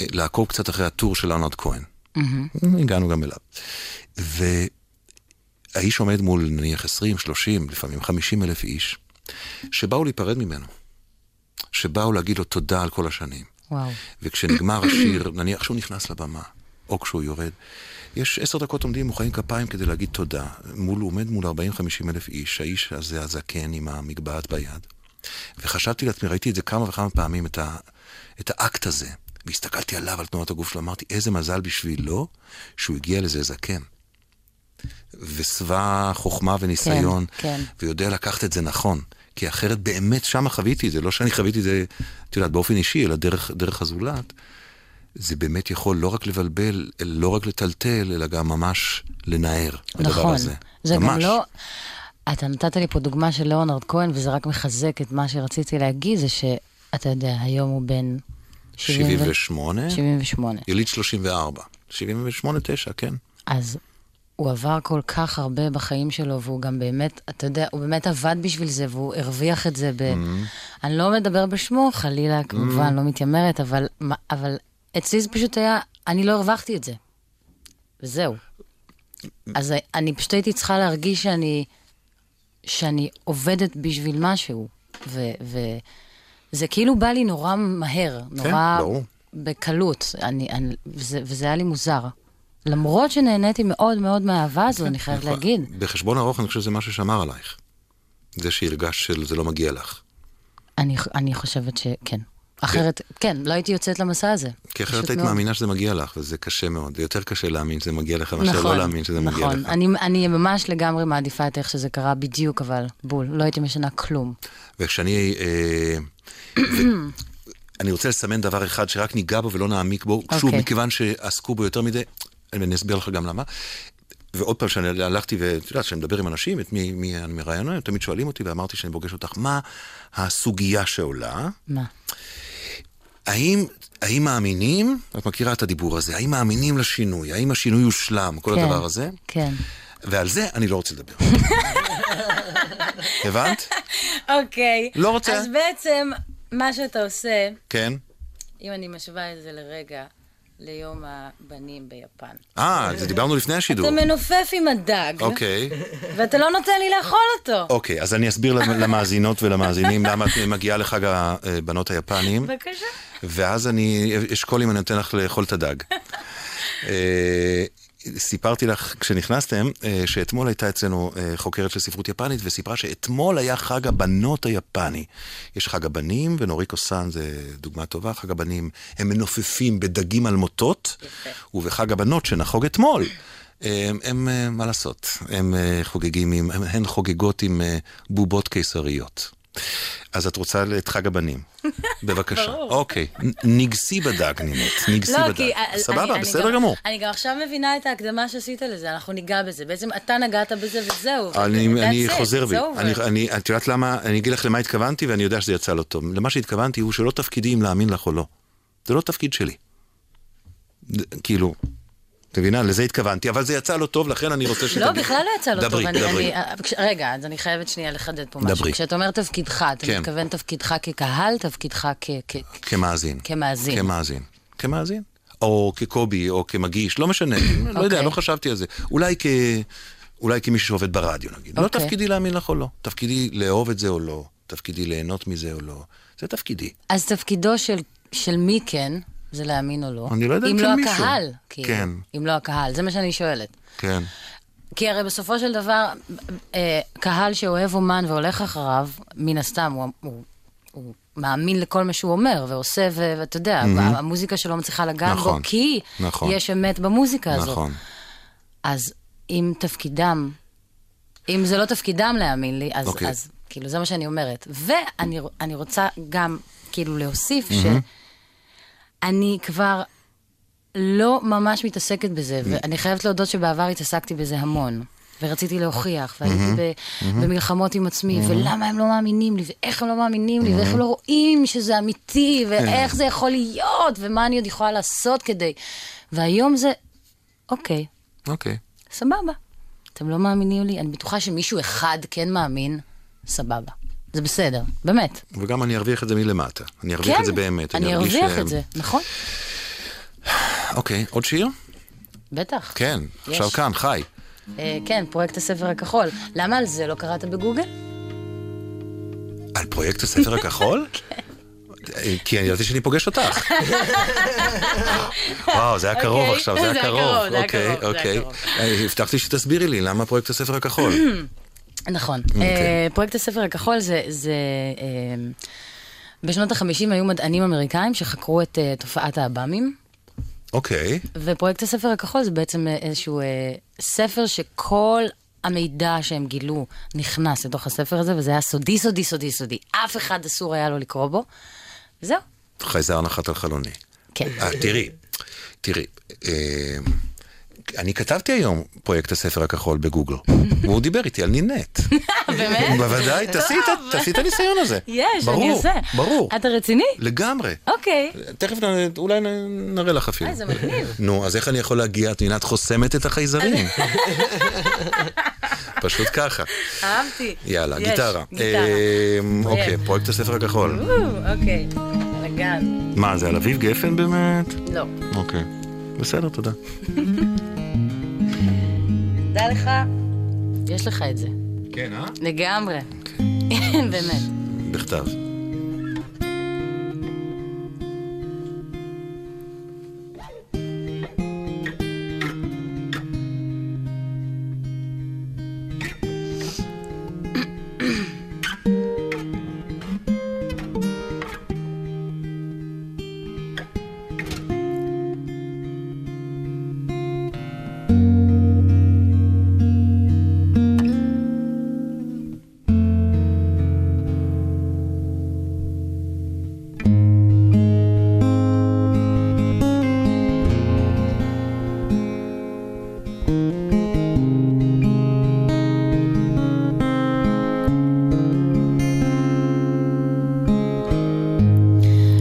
S2: אה, לעקוב קצת אחרי הטור של ארנולד כהן.
S3: מהמם.
S2: הגענו גם אליו. והאיש עומד מול נניח 20, 30, לפעמים 50 אלף איש, שבאו להיפרד ממנו. שבאו להגיד לו תודה על כל השנים.
S3: וואו.
S2: וכשנגמר השיר, נניח שהוא נכנס לבמה, או כשהוא יורד, יש עשר דקות עומדים מוחאים כפיים כדי להגיד תודה. מול, הוא עומד מול 40-50 אלף איש, האיש הזה הזקן עם המגבעת ביד. וחשבתי לעצמי, ראיתי את זה כמה וכמה פעמים, את, ה, את האקט הזה, והסתכלתי עליו, על תנועות הגוף שלו, אמרתי, איזה מזל בשבילו שהוא הגיע לזה זקן. ושבע חוכמה וניסיון,
S3: כן.
S2: ויודע לקחת את זה נכון. כי אחרת באמת שמה חוויתי את זה, לא שאני חוויתי את זה, את יודעת, באופן אישי, אלא דרך, דרך הזולת. זה באמת יכול לא רק לבלבל, לא רק לטלטל, אלא גם ממש לנער, הדבר
S3: נכון.
S2: הזה.
S3: זה גם
S2: ממש.
S3: לא... אתה נתת לי פה דוגמה של ליאונרד כהן, וזה רק מחזק את מה שרציתי להגיד, זה שאתה יודע, היום הוא בן 70 ו-
S2: 78,
S3: 78.
S2: יליד 34. 78, 9, כן.
S3: אז הוא עבר כל כך הרבה בחיים שלו, והוא גם באמת, אתה יודע, הוא באמת עבד בשביל זה, והוא הרוויח את זה ב... Mm-hmm. אני לא מדבר בשמו, חלילה, כמובן, mm-hmm. לא מתיימרת, אבל, מה- אבל אצלי זה פשוט היה, אני לא הרווחתי את זה. וזהו. אז אני פשוט הייתי צריכה להרגיש שאני, שאני עובדת בשביל משהו. ו... ו... זה כאילו בא לי נורא מהר, נורא
S2: ברור.
S3: בקלות, אני, אני, וזה, וזה היה לי מוזר. למרות שנהניתי מאוד מאוד מהאהבה
S2: כן,
S3: הזו, אני חייבת
S2: נכון.
S3: להגיד.
S2: בחשבון ארוך, אני חושב שזה משהו שאמר עלייך. זה שהרגשת שזה לא מגיע לך.
S3: אני, אני חושבת שכן. אחרת, כן, לא הייתי יוצאת למסע הזה.
S2: כי אחרת
S3: פשוט
S2: היית
S3: מאוד.
S2: מאמינה שזה מגיע לך, וזה קשה מאוד. זה יותר קשה להאמין שזה מגיע לך, מאשר לא להאמין שזה מגיע
S3: נכון.
S2: לך.
S3: אני, אני ממש לגמרי מעדיפה את איך שזה קרה בדיוק, אבל בול, לא הייתי משנה כלום.
S2: וכשאני... אה, ו- אני רוצה לסמן דבר אחד שרק ניגע בו ולא נעמיק בו, okay. שוב,
S3: אוקיי.
S2: מכיוון שעסקו בו יותר מדי, אני אסביר לך גם למה. ועוד פעם, כשאני הלכתי, ואת יודעת, כשאני מדבר עם אנשים, את מי, מי אני מראיין, הם תמיד שואלים אותי, ואמרתי שאני פוגש אותך, מה הסוגיה שעולה?
S3: מה?
S2: האם, האם מאמינים, את מכירה את הדיבור הזה, האם מאמינים לשינוי, האם השינוי יושלם, כל
S3: כן.
S2: הדבר הזה?
S3: כן.
S2: ועל זה אני לא רוצה לדבר. הבנת?
S5: אוקיי.
S2: לא רוצה.
S5: אז בעצם, מה שאתה עושה,
S2: כן.
S5: אם אני משווה את זה לרגע ליום הבנים ביפן,
S2: אה, זה דיברנו לפני השידור.
S5: אתה מנופף עם הדג,
S2: אוקיי,
S5: ואתה לא נותן לי לאכול אותו.
S2: אוקיי, אז אני אסביר למ- למאזינות ולמאזינים למה את מגיעה לחג הבנות היפנים,
S5: בבקשה.
S2: ואז אני אשקול אם אני נותן לך לאכול את הדג. אה, סיפרתי לך כשנכנסתם, אה, שאתמול הייתה אצלנו אה, חוקרת של ספרות יפנית, וסיפרה שאתמול היה חג הבנות היפני. יש חג הבנים, ונוריקו סאן זה דוגמה טובה, חג הבנים, הם מנופפים בדגים על מוטות, ובחג הבנות שנחוג אתמול. אה, הם, הם, אה, מה לעשות, הם אה, חוגגים, עם, הם- הן חוגגות עם אה, בובות קיסריות. אז את רוצה את חג הבנים, בבקשה. אוקיי, נ- נגסי בדג, נינת, נגסי
S5: לא,
S2: בדג.
S5: כי... אני-
S2: סבבה,
S5: אני
S2: בסדר
S5: גם-
S2: גמור.
S5: אני גם עכשיו מבינה את ההקדמה שעשית לזה, אנחנו ניגע בזה. בעצם אתה נגעת בזה וזהו. That's
S2: אני, אני
S5: it,
S2: חוזר בי.
S5: it's over.
S2: אני, אני, את יודעת למה, אני אגיד לך למה התכוונתי, ואני יודע שזה יצא לא טוב. למה שהתכוונתי הוא שלא תפקידי אם להאמין לך או לא. זה לא תפקיד שלי. ד- כאילו, את מבינה? לזה התכוונתי, אבל זה יצא לא טוב, לכן אני רוצה שתגיד.
S5: לא, בכלל לא יצא לא טוב.
S2: דברי,
S5: אני-
S2: דברי.
S5: אני- כש- רגע, אז אני חייבת שנייה לחדד פה משהו.
S2: דברי.
S5: כשאתה אומר תפקידך, אתה
S2: כן.
S5: מתכוון תפקידך כקהל, תפקידך כ... כ-
S2: כמאזין.
S5: כמאזין.
S2: כמאזין. כמאזין. או כקובי, או כמגיש, לא משנה. לא יודע,
S5: אוקיי.
S2: לא חשבתי על זה. אולי כ... אולי כמי שעובד ברדיו, נגיד. לא
S3: אוקיי.
S2: תפקידי להאמין לך או לא. תפקידי לאהוב את זה או לא. תפקידי ליהנות מזה או לא. זה תפקידי.
S5: אז תפקידו של, של מי כן, זה להאמין או לא.
S2: אני לא יודעת
S5: אם
S2: של
S5: לא
S2: מישהו.
S5: הקהל, כאילו.
S2: כן.
S5: אם לא הקהל, זה מה שאני שואלת.
S2: כן.
S5: כי הרי בסופו של דבר, אה, קהל שאוהב אומן והולך אחריו, מן הסתם, הוא, הוא, הוא מאמין לכל מה שהוא אומר ועושה, ו- ואתה יודע, mm-hmm. המוזיקה שלו מצליחה לגעת
S2: נכון.
S5: בו, כי
S2: נכון.
S5: יש אמת במוזיקה הזאת.
S2: נכון.
S5: אז אם תפקידם, אם זה לא תפקידם להאמין לי, אז,
S2: אוקיי.
S5: okay. אז כאילו, זה מה שאני אומרת. ואני אני רוצה גם, כאילו, להוסיף שאני כבר לא ממש מתעסקת בזה, ואני חייבת להודות שבעבר התעסקתי בזה המון. ורציתי להוכיח, והייתי ב- במלחמות עם עצמי, ולמה הם לא מאמינים לי, ואיך הם לא מאמינים לי, ואיך הם לא רואים שזה אמיתי, ואיך זה יכול להיות, ומה אני עוד יכולה לעשות כדי... והיום זה, אוקיי,
S2: אוקיי.
S5: סבבה. אתם לא מאמינים לי? אני בטוחה שמישהו אחד כן מאמין, סבבה.
S3: זה בסדר, באמת.
S2: וגם אני ארוויח את זה מלמטה. אני ארוויח
S3: כן,
S2: את זה באמת.
S3: אני
S2: ארגיש,
S3: ארוויח
S2: אה,
S3: את זה, נכון?
S2: אוקיי, עוד שיר?
S3: בטח.
S2: כן,
S3: יש.
S2: עכשיו כאן, חי.
S3: אה, כן, פרויקט הספר הכחול. למה על זה לא קראת בגוגל?
S2: על פרויקט הספר הכחול?
S3: כן.
S2: אה, כי אני ידעתי שאני פוגש אותך. וואו, זה היה קרוב
S3: אוקיי,
S2: עכשיו, זה
S3: זה
S2: היה
S3: היה
S2: קרוב.
S3: קרוב, זה היה
S2: אוקיי,
S3: קרוב, זה היה
S2: אוקיי.
S3: קרוב.
S2: אה, הבטחתי שתסבירי לי למה פרויקט הספר הכחול.
S3: נכון.
S2: אוקיי.
S3: Okay. פרויקט הספר הכחול זה... זה אה, בשנות ה-50 היו מדענים אמריקאים שחקרו את אה, תופעת העב"מים,
S2: אוקיי,
S3: ופרויקט הספר הכחול זה בעצם אה, איזשהו אה, ספר שכל המידע שהם גילו נכנס לתוך הספר הזה, וזה היה סודי, סודי, סודי, סודי. אף אחד אסור היה לו לקרוא בו. זהו,
S2: חייזר נחת על חלוני.
S3: כן.
S2: אה, תראי, תראי, אה, אני כתבתי היום פרויקט הספר הכחול בגוגל, והוא דיבר איתי על נינט.
S3: באמת?
S2: בוודאי, תעשי את ה- תעשי את הניסיון הזה.
S3: יש, אני
S2: ברור,
S3: עושה.
S2: ברור,
S3: אתה רציני?
S2: לגמרי.
S3: אוקיי.
S2: תכף נ- אולי נ- נראה לך אפילו.
S3: אה, זה מגניב.
S2: נו, אז איך אני יכול להגיע? את מבינה, את חוסמת את החייזרים. פשוט ככה.
S3: אהבתי.
S2: יאללה,
S3: יש,
S2: גיטרה.
S3: גיטרה.
S2: אמ, אוקיי,
S3: פרויקט.
S2: פרויקט הספר הכחול.
S3: או, אוקיי. לגן.
S2: מה, זה על אביב גפן באמת?
S3: לא.
S2: אוקיי. בסדר, תודה.
S3: דע לך, יש לך את זה.
S2: כן, אה? כן.
S3: לגמרי. באמת.
S2: בכתב.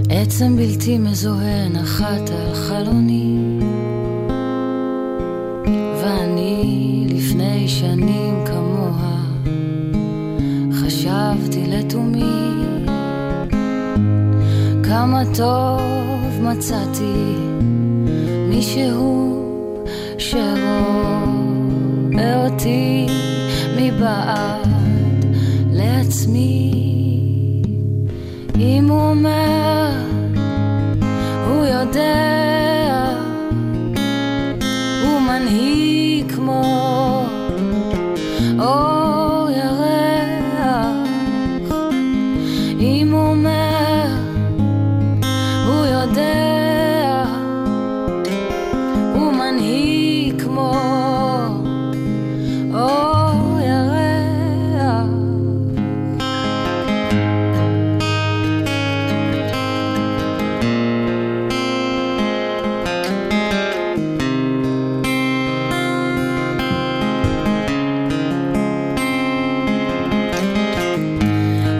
S3: עצם בלתי מזוהה נחת על חלוני ואני לפני שנים כמוה חשבתי לתומי כמה טוב מצאתי מישהו שרואה אותי מבעד לעצמי אם הוא אומר, הוא יודע, הוא מנהיג כמו אור ירח. אם הוא אומר, הוא יודע, הוא מנהיג כמו אור ירח.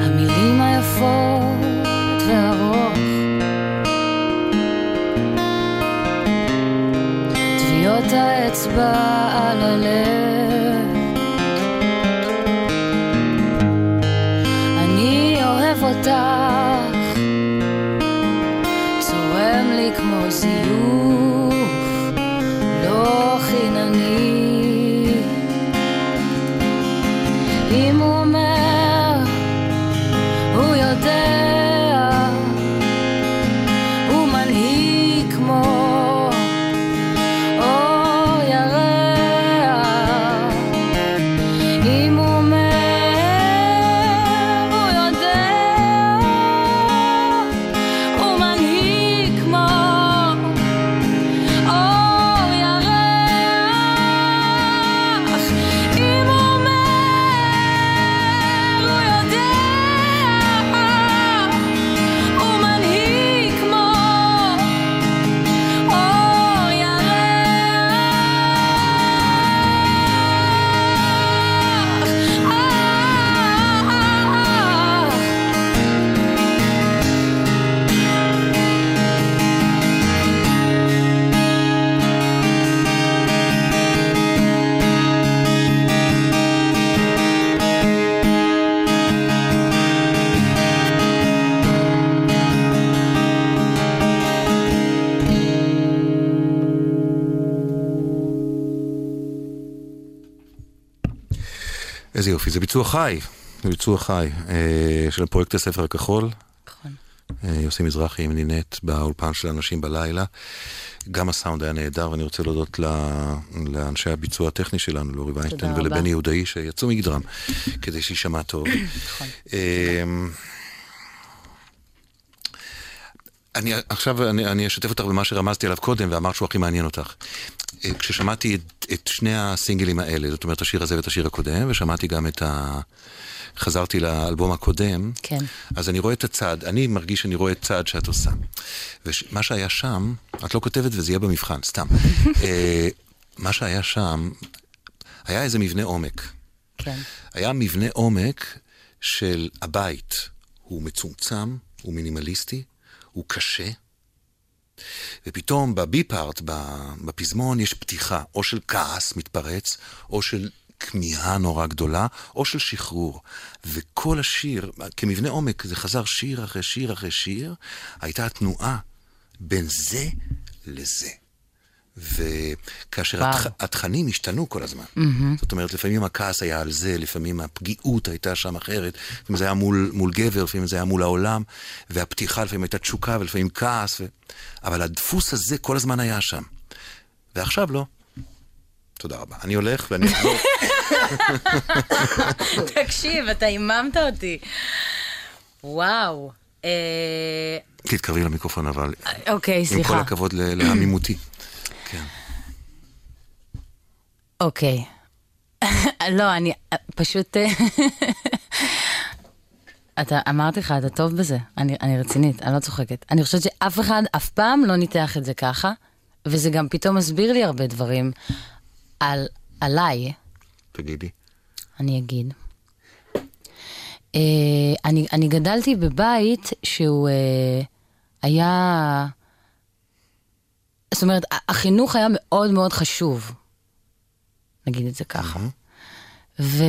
S3: המילים היפות והרוך. טביעות האצבע על הלב. אני אוהב אותך, צורם לי כמו זיוף, לא חינני. אם הוא אומר הוא יודע, הוא מנהיג כמו אור ירח. אם הוא אומר, הוא יודע, הוא מנהיג כמו אור ירח. אם הוא אומר
S2: איזה יופי, זה ביצוע חי, זה ביצוע חי אה, של פרויקט הספר הכחול.
S3: נכון.
S2: אה, יוסי מזרחי עם נינט באולפן של אנשים בלילה. גם הסאונד היה נהדר, ואני רוצה להודות ל- לאנשי הביצוע הטכני שלנו, לאורי ויינשטיין
S3: רבה.
S2: ולבני יהודאי, שיצאו מגדרם כדי שיישמע טוב. אה, אני עכשיו, אני, אני אשתף אותך במה שרמזתי עליו קודם, ואמרת שהוא הכי מעניין אותך. אה, כששמעתי את, את שני הסינגלים האלה, זאת אומרת, השיר הזה ואת השיר הקודם, ושמעתי גם את ה... חזרתי לאלבום הקודם,
S3: כן.
S2: אז אני רואה את הצעד, אני מרגיש שאני רואה את צעד שאת עושה. ומה שהיה שם, את לא כותבת וזה יהיה במבחן, סתם. אה, מה שהיה שם, היה איזה מבנה עומק.
S3: כן.
S2: היה מבנה עומק של הבית. הוא מצומצם, הוא מינימליסטי, הוא קשה. ופתאום בבי-פארט, ב- בפזמון, יש פתיחה, או של כעס מתפרץ, או של כמיהה נורא גדולה, או של שחרור. וכל השיר, כמבנה עומק, זה חזר שיר אחרי שיר אחרי שיר, הייתה התנועה בין זה לזה. וכאשר
S3: וואו.
S2: התח... התכנים השתנו כל הזמן. Mm-hmm. זאת אומרת, לפעמים הכעס היה על זה, לפעמים הפגיעות הייתה שם אחרת, לפעמים זה היה מול, מול גבר, לפעמים זה היה מול העולם, והפתיחה לפעמים הייתה תשוקה ולפעמים כעס, ו... אבל הדפוס הזה כל הזמן היה שם. ועכשיו לא. תודה רבה. אני הולך ואני אחזור.
S3: תקשיב, אתה היממת אותי. וואו. אה,
S2: תתקרבי למיקרופון, אבל
S3: אוקיי,
S2: עם כל
S3: סליחה.
S2: הכבוד ל- לעמימותי. כן.
S3: אוקיי. לא, אני אה, פשוט... אה, אתה, אמרתי לך, אתה טוב בזה. אני, אני רצינית, אני לא צוחקת. אני חושבת שאף אחד אף פעם לא ניתח את זה ככה, וזה גם פתאום מסביר לי הרבה דברים על, עליי.
S2: תגידי.
S3: אני אגיד. אה, אני, אני גדלתי בבית שהוא אה, היה... זאת אומרת, ה- החינוך היה מאוד מאוד חשוב, נגיד את זה ככה. ו...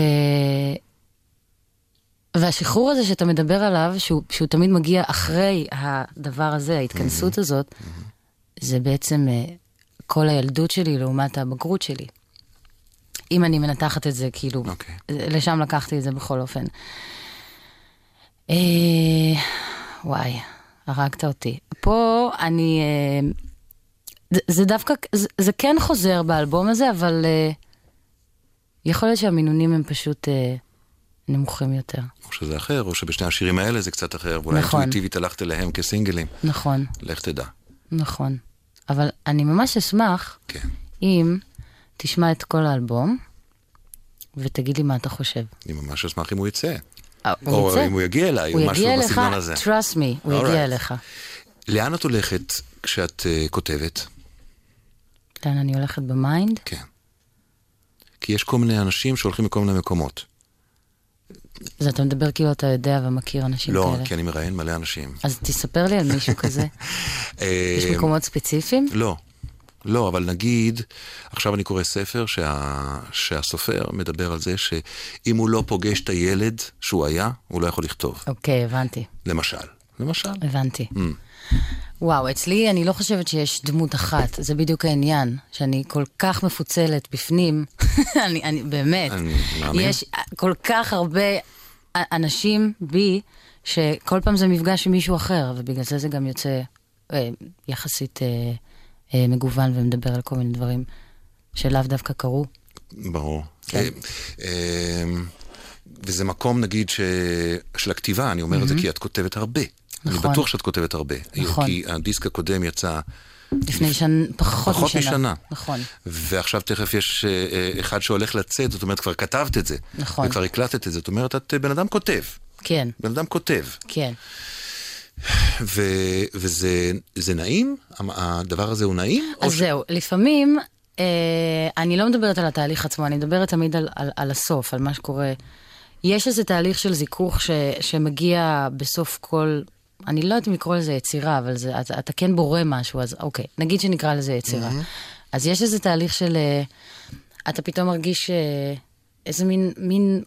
S3: והשחרור הזה שאתה מדבר עליו, שהוא, שהוא תמיד מגיע אחרי הדבר הזה, ההתכנסות הזאת, זה בעצם אה, כל הילדות שלי לעומת הבגרות שלי. אם אני מנתחת את זה, כאילו,
S2: אוקיי.
S3: לשם לקחתי את זה בכל אופן. אה, וואי, הרגת אותי. פה אני... אה, זה, זה דווקא, זה, זה כן חוזר באלבום הזה, אבל אה, יכול להיות שהמינונים הם פשוט אה, נמוכים יותר.
S2: או שזה אחר, או שבשני השירים האלה זה קצת אחר, ואולי
S3: נכון.
S2: אינטואיטיבית הלכת אליהם כסינגלים.
S3: נכון,
S2: לך תדע.
S3: נכון. אבל אני ממש אשמח
S2: כן.
S3: אם תשמע את כל האלבום ותגיד לי מה אתה חושב.
S2: אני ממש אשמח אם הוא יצא.
S3: אה,
S2: או
S3: יצא?
S2: אם הוא יגיע אליי, או
S3: הוא
S2: משהו
S3: יגיע אליך,
S2: בסגנון הזה.
S3: trust me, הוא
S2: Alright.
S3: יגיע אליך.
S2: לאן את הולכת כשאת אה, כותבת?
S3: לאן אני הולכת במיינד?
S2: כן. כי יש כל מיני אנשים שהולכים לכל מיני מקומות.
S3: אז אתה מדבר כאילו אתה יודע ומכיר אנשים
S2: לא,
S3: כן, כאלה.
S2: כי אני מראיין מלא אנשים.
S3: אז תספר לי על מישהו כזה. יש
S2: אה,
S3: מקומות ספציפיים?
S2: לא. לא, אבל נגיד, עכשיו אני קורא ספר שה, שהסופר מדבר על זה שאם הוא לא פוגש את הילד שהוא היה, הוא לא יכול לכתוב.
S3: אוקיי, הבנתי,
S2: למשל. למשל. Mm.
S3: הבנתי. וואו, אצלי אני לא חושבת שיש דמות אחת, זה בדיוק העניין, שאני כל כך מפוצלת בפנים, אני, אני באמת,
S2: אני מאמין.
S3: יש כל כך הרבה א- אנשים בי, שכל פעם זה מפגש עם מישהו אחר, ובגלל זה זה גם יוצא אה, יחסית אה, אה, מגוון ומדבר על כל מיני דברים שלאו דווקא קרו.
S2: ברור.
S3: כן.
S2: אה, אה, וזה מקום, נגיד, ש... של הכתיבה, אני אומר את זה כי את כותבת הרבה. אני
S3: נכון.
S2: בטוח שאת כותבת הרבה.
S3: נכון.
S2: כי הדיסק הקודם יצא,
S3: לפני שנה, פחות,
S2: פחות
S3: משנה.
S2: משנה.
S3: נכון.
S2: ועכשיו תכף יש אה, אה, אחד שהולך לצאת, זאת אומרת, כבר כתבת את זה.
S3: נכון.
S2: וכבר הקלטת את זה. זאת אומרת, את אה, בן אדם כותב.
S3: כן,
S2: בן אדם כותב.
S3: כן.
S2: ו... וזה זה נעים? המ- הדבר הזה הוא נעים? או
S3: אז
S2: ש-
S3: זהו, לפעמים, אה, אני לא מדברת על התהליך עצמו, אני מדברת תמיד על, על, על הסוף, על מה שקורה. יש איזה תהליך של זיכוך ש, שמגיע בסוף כל, אני לא יודעת אם לקרוא לזה יצירה, אבל זה, אתה, אתה כן בורא משהו, אז אוקיי, נגיד שנקרא לזה יצירה. Mm-hmm. אז יש איזה תהליך של, אה, אתה פתאום מרגיש אה, איזה מין, מין...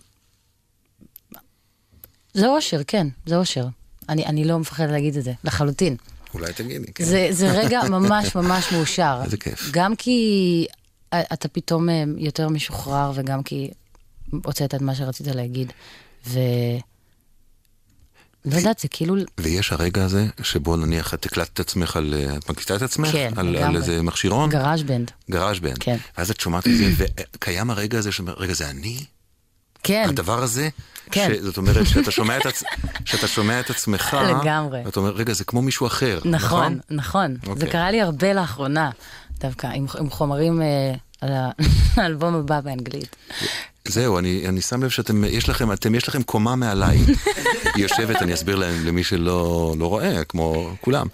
S3: זה אושר, כן, זה אושר. אני, אני לא מפחדת להגיד את זה, לחלוטין.
S2: אולי תגידי. כן.
S3: זה, זה רגע ממש ממש מאושר.
S2: איזה כיף.
S3: גם כי אה, אתה פתאום אה, יותר משוחרר, וגם כי הוצאת את מה שרצית להגיד, ו... לא יודעת, זה כאילו...
S2: ויש הרגע הזה שבו נניח את הקלטת את עצמך על... אה, את מקליטה את עצמך?
S3: כן,
S2: על, על
S3: לגמרי.
S2: איזה מכשירון?
S3: גראז' בנד.
S2: גראז' בנד.
S3: כן.
S2: ואז את שומעת את זה, וקיים הרגע הזה שאומר, רגע, זה אני?
S3: כן,
S2: הדבר הזה?
S3: כן.
S2: ש- זאת אומרת, שאתה שומע את, עצ... שאתה שומע את עצמך...
S3: לגמרי.
S2: אתה אומר, רגע, זה כמו מישהו אחר,
S3: נכון, נכון. זה
S2: אוקיי.
S3: קרה לי הרבה לאחרונה, דווקא, עם עם חומרים אה, על ה- האלבום הבא באנגלית.
S2: זהו, אני, אני שם לב שאתם, יש לכם, אתם, יש לכם קומה מעליי. היא יושבת, אני אסביר להם, למי שלא לא רואה, כמו כולם,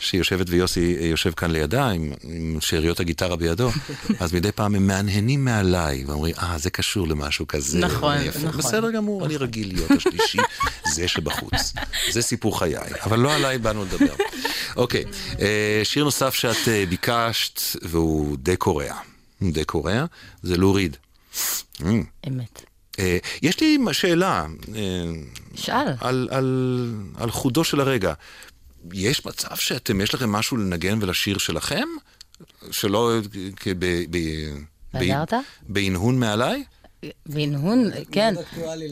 S2: שהיא יושבת ויוסי אה, יושב כאן לידה עם, עם שאריות הגיטרה בידו, אז מדי פעם הם מהנהנים מעליי, ואומרים, אה, זה קשור למשהו כזה.
S3: נכון,
S2: יפה."
S3: נכון.
S2: בסדר גמור, אני רגיל להיות השלישי, זה שבחוץ. זה סיפור חיי, אבל לא עליי באנו לדבר. אוקיי, אה, שיר נוסף שאת אה, ביקשת, והוא די קורע. די קורע, זה לו ריד. Mm.
S3: אמת.
S2: אה, יש לי שאלה אה,
S3: שאל.
S2: על, על, על חודו של הרגע. יש מצב שאתם, יש לכם משהו לנגן ולשיר שלכם? שלא אה, כ- ב... ב
S3: בעזרת?
S2: בהנהון מעליי?
S3: והנהון, כן.
S2: אוקיי.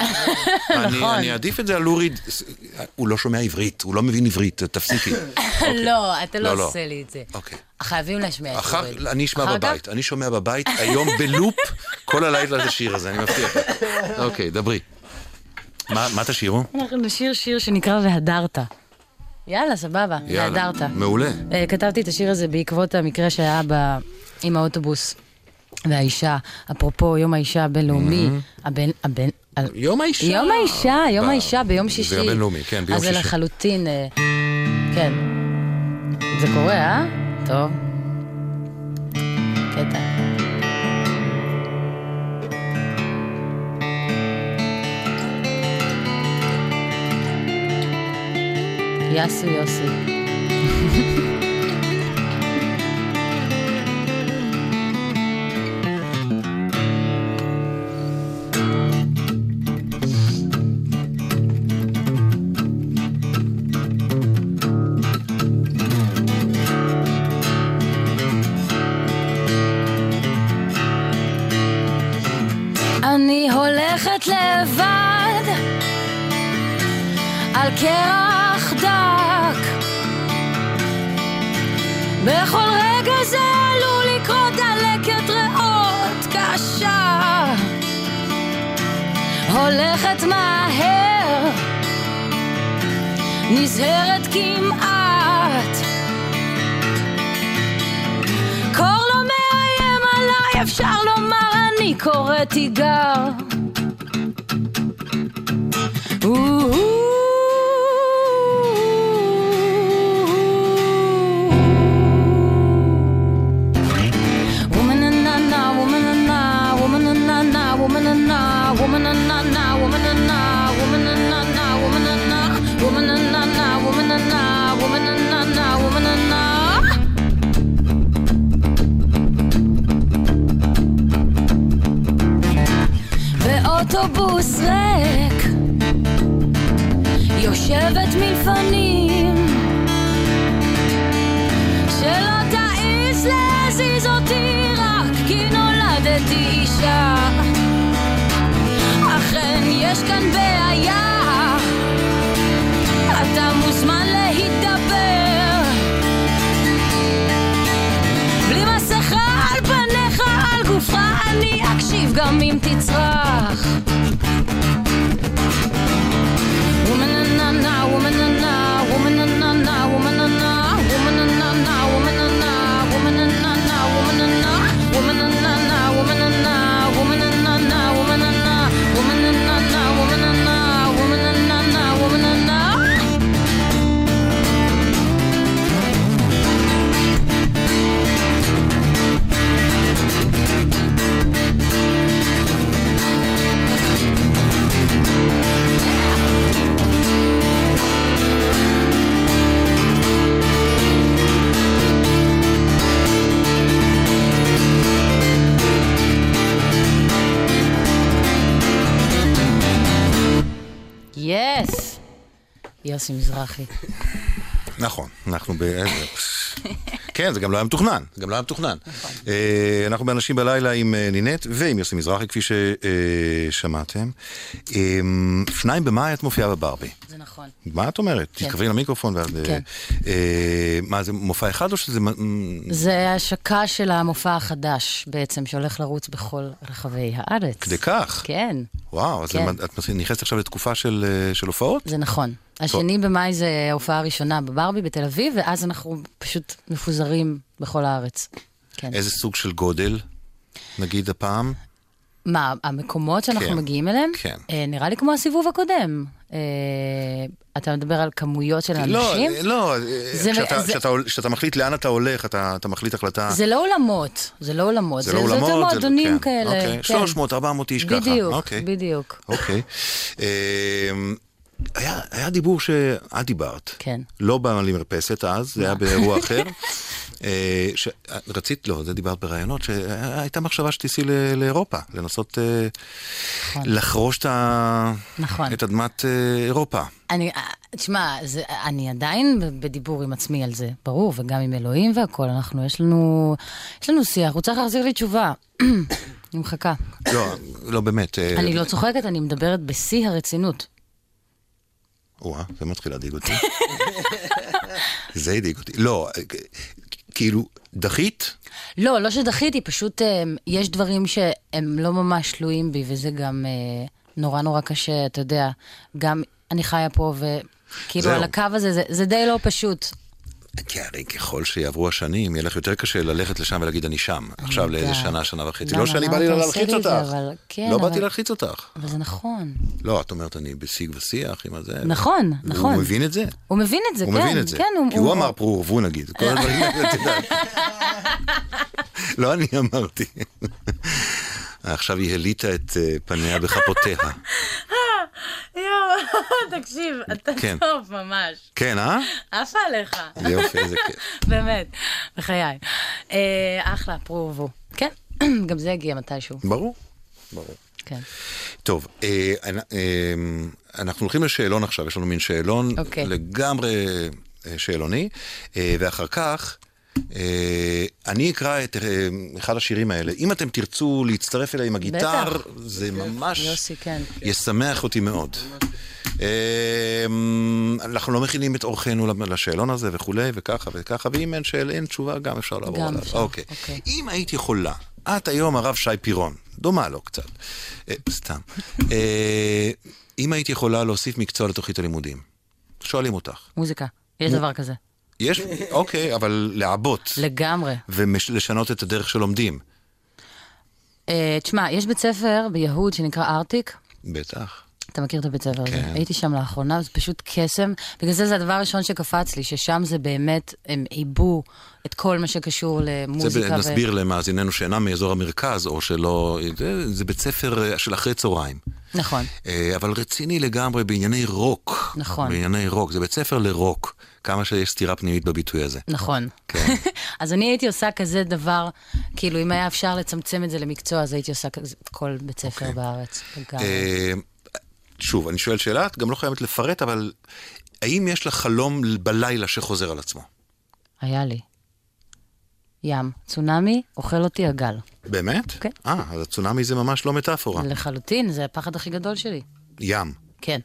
S3: נכון.
S2: אני, אני אעדיף את זה על אוריד. הוא לא שומע עברית, הוא לא מבין עברית, תפסיקי. אוקיי.
S3: לא, אתה לא עושה לי את זה.
S2: אוקיי.
S3: חייבים להשמיע את
S2: אחר,
S3: זה.
S2: אני אשמע
S3: אחר כך?
S2: בבית, אני שומע בבית היום בלופ כל הלילה את השיר הזה, אני מבטיח. אוקיי, דברי. מה מה תשאירו?
S3: אנחנו נשיר שיר שנקרא והדרת. יאללה, סבבה,
S2: יאללה,
S3: והדרת.
S2: מעולה.
S3: אה, כתבתי את השיר הזה בעקבות המקרה שהיה ב... עם האוטובוס והאישה, אפרופו יום האישה הבינלאומי, הבין... הבין... על-
S2: יום האישה.
S3: יום האישה, יום
S2: ב-
S3: האישה ביום שישי.
S2: זה הבינלאומי, כן, ביום
S3: אז
S2: שישי.
S3: זה לחלוטין, אה, כן. זה קורה, אה? טוב. קטע. יאסו יוסי. אני הולכת לבד על קרח דק בכל רגע זה עלול לקרות דלקת ריאות קשה הולכת מהר נזהרת כמעט קור לא מאיים עליי, אפשר לומר אני קורא תיגר. באוטובוס ריק יושבת מלפנים שלא תעיז להזיז אותי רק כי נולדתי אישה אכן יש כאן בעיה אתה מוזמן להידבר בלי מסכה על פניך, על גופך, אני אקשיב גם אם תצרח. וומננה, וומננה, וומננה, וומננה, וומננה, וומננה, וומננה, וומננה, וומננה, וומננה, וומננה, וומננה, וומננה, וומננה, וומננה, וומננה. יס! יוסי מזרחי.
S2: נכון, אנחנו ב... כן, זה גם לא היה מתוכנן, זה גם לא היה מתוכנן. אה, אנחנו באנשים בלילה עם אה, נינט ועם יוסי מזרחי, כפי ששמעתם. אמ, שניים במאי את מופיעה בברבי.
S3: זה נכון.
S2: מה את אומרת? תתקרבי למיקרופון ואז... אה,
S3: כן.
S2: אה, מה, זה מופע אחד או שזה... מ-
S3: זה השקה של המופע החדש בעצם, שהולך לרוץ בכל רחבי הארץ.
S2: כדי כך?
S3: כן,
S2: וואו, אז
S3: כן.
S2: את- את נכנסת עכשיו לתקופה של אה, של הופעות?
S3: זה נכון. השני במאי זה ההופעה הראשונה בברבי בתל אביב, ואז אנחנו פשוט מפוזרים בכל הארץ. כן.
S2: איזה סוג של גודל, נגיד הפעם?
S3: מה, המקומות שאנחנו
S2: כן,
S3: מגיעים אליהם?
S2: כן.
S3: אה, נראה לי כמו הסיבוב הקודם. אה, אתה מדבר על כמויות של
S2: לא,
S3: אנשים?
S2: אה, לא, אה,
S3: זה-
S2: כשאתה-
S3: זה-
S2: כשאתה הול- כשאתה מחליט לאן אתה הולך, אתה אתה מחליט החלטה...
S3: זה לא אולמות, זה לא אולמות,
S2: זה לא אולמות,
S3: יותר
S2: זה- כן,
S3: מועדונים כאלה.
S2: אוקיי.
S3: כן.
S2: 300, 400 איש ככה.
S3: בדיוק,
S2: אוקיי.
S3: בדיוק.
S2: אוקיי. אמ, היה, היה דיבור שאת דיברת.
S3: כן. לא.
S2: לא במרפסת אז, זה היה באירוע אחר. אה, ש... רצית, לא, זה דיברת בראיונות, שהייתה מחשבה שתיסעי ל- לאירופה, לנסות אה, לחרוש את, ה...
S3: נכון.
S2: את אדמת אה, אירופה.
S3: אני, אה, תשמע, זה, אני עדיין ב- בדיבור עם עצמי על זה, ברור, וגם עם אלוהים והכל, אנחנו, יש לנו, יש לנו שיח, הוא צריך להחזיר לי תשובה. אני מחכה.
S2: לא, לא באמת. אה,
S3: אני לא צוחקת, אני מדברת בשיא הרצינות.
S2: וואה, זה מתחיל להדאיג אותי. זה הדאיג אותי. לא, אה, כאילו, דחית?
S3: לא, לא שדחיתי, פשוט הם, יש דברים שהם לא ממש תלויים בי, וזה גם אה, נורא נורא קשה, אתה יודע, גם אני חיה פה, וכאילו
S2: זהו.
S3: על הקו הזה, זה, זה די לא פשוט.
S2: כי הרי ככל שיעברו השנים, יהיה לך יותר קשה ללכת לשם ולהגיד אני שם. עכשיו לאיזה
S3: יודעת.
S2: שנה, שנה וחצי.
S3: למה?
S2: לא שאני
S3: למה
S2: בא לי
S3: אתה עושה
S2: להלחיץ
S3: לי את זה?
S2: אותך.
S3: אבל- כן,
S2: לא
S3: אבל-
S2: באתי להלחיץ אותך.
S3: אבל זה נכון.
S2: לא, את אומרת אני בשיג ושיח עם הזה.
S3: נכון, נכון.
S2: אה, הוא מבין את זה?
S3: הוא מבין את זה,
S2: הוא
S3: כן.
S2: מבין את זה.
S3: כן,
S2: כי הוא אמר פרו ורבו נגיד. כל הדברים האלה, את יודעת. לא אני אמרתי. עכשיו היא הליטה את אה, פניה בכפותיה.
S3: יואו, תקשיב, אתה
S2: כן.
S3: טוב ממש.
S2: כן, אה?
S3: עפה עליך.
S2: יופי, איזה כיף.
S3: באמת, בחיי. אה, אחלה, פרו ורבו. כן, גם זה יגיע מתישהו.
S2: ברור. ברור.
S3: כן.
S2: טוב, אה, אנ- אה, אנחנו הולכים לשאלון עכשיו, יש לנו מין שאלון
S3: אוקיי.
S2: לגמרי אה, שאלוני, אה, ואחר כך אה, אני אקרא את אה, אחד השירים האלה. אם אתם תרצו להצטרף אליי עם הגיטר,
S3: בטח.
S2: זה ממש
S3: יוסי, כן.
S2: ישמח אותי מאוד. אה, אנחנו לא מכינים את אורחנו לשאלון הזה וכולי, וככה וככה, ואם אין שאלה, אין תשובה, גם אפשר לעבור
S3: גם
S2: עליו.
S3: אפשר,
S2: אוקיי.
S3: אוקיי.
S2: אם היית יכולה, את היום הרב שי פירון, דומה לו קצת, אה, סתם. אה, אם היית יכולה להוסיף מקצוע לתוכנית הלימודים, שואלים אותך.
S3: מוזיקה. יש דבר כזה.
S2: יש, אוקיי, אבל לעבות
S3: לגמרי.
S2: ולשנות את הדרך שלומדים.
S3: אה, תשמע, יש בית ספר ביהוד שנקרא ארטיק.
S2: בטח.
S3: אתה מכיר את הבית ספר הזה?
S2: כן.
S3: הייתי שם לאחרונה, זה פשוט קסם. בגלל זה זה הדבר הראשון שקפץ לי, ששם זה באמת, הם עיבו את כל מה שקשור
S2: זה ב-
S3: למוזיקה. ו-
S2: נסביר למאזיננו שאינם מאזור המרכז, או שלא... זה- זה בית ספר אה, של אחרי צהריים.
S3: נכון.
S2: אה, אבל רציני לגמרי בענייני רוק.
S3: נכון.
S2: בענייני רוק. זה בית ספר לרוק. כמה שיש סתירה פנימית בביטוי הזה.
S3: נכון.
S2: כן.
S3: אז אני הייתי עושה כזה דבר, כאילו, אם היה אפשר לצמצם את זה למקצוע, אז הייתי עושה כזה את כל בית ספר בארץ. לגמרי.
S2: אוקיי. אה, שוב, אני שואל שאלה, את גם לא חייבת לפרט, אבל האם יש לך חלום בלילה שחוזר על עצמו?
S3: היה לי. ים, צונאמי, אוכל אותי הגל.
S2: באמת?
S3: כן.
S2: אה, אז הצונאמי זה ממש לא מטאפורה.
S3: לחלוטין, זה הפחד הכי גדול שלי.
S2: ים.
S3: כן.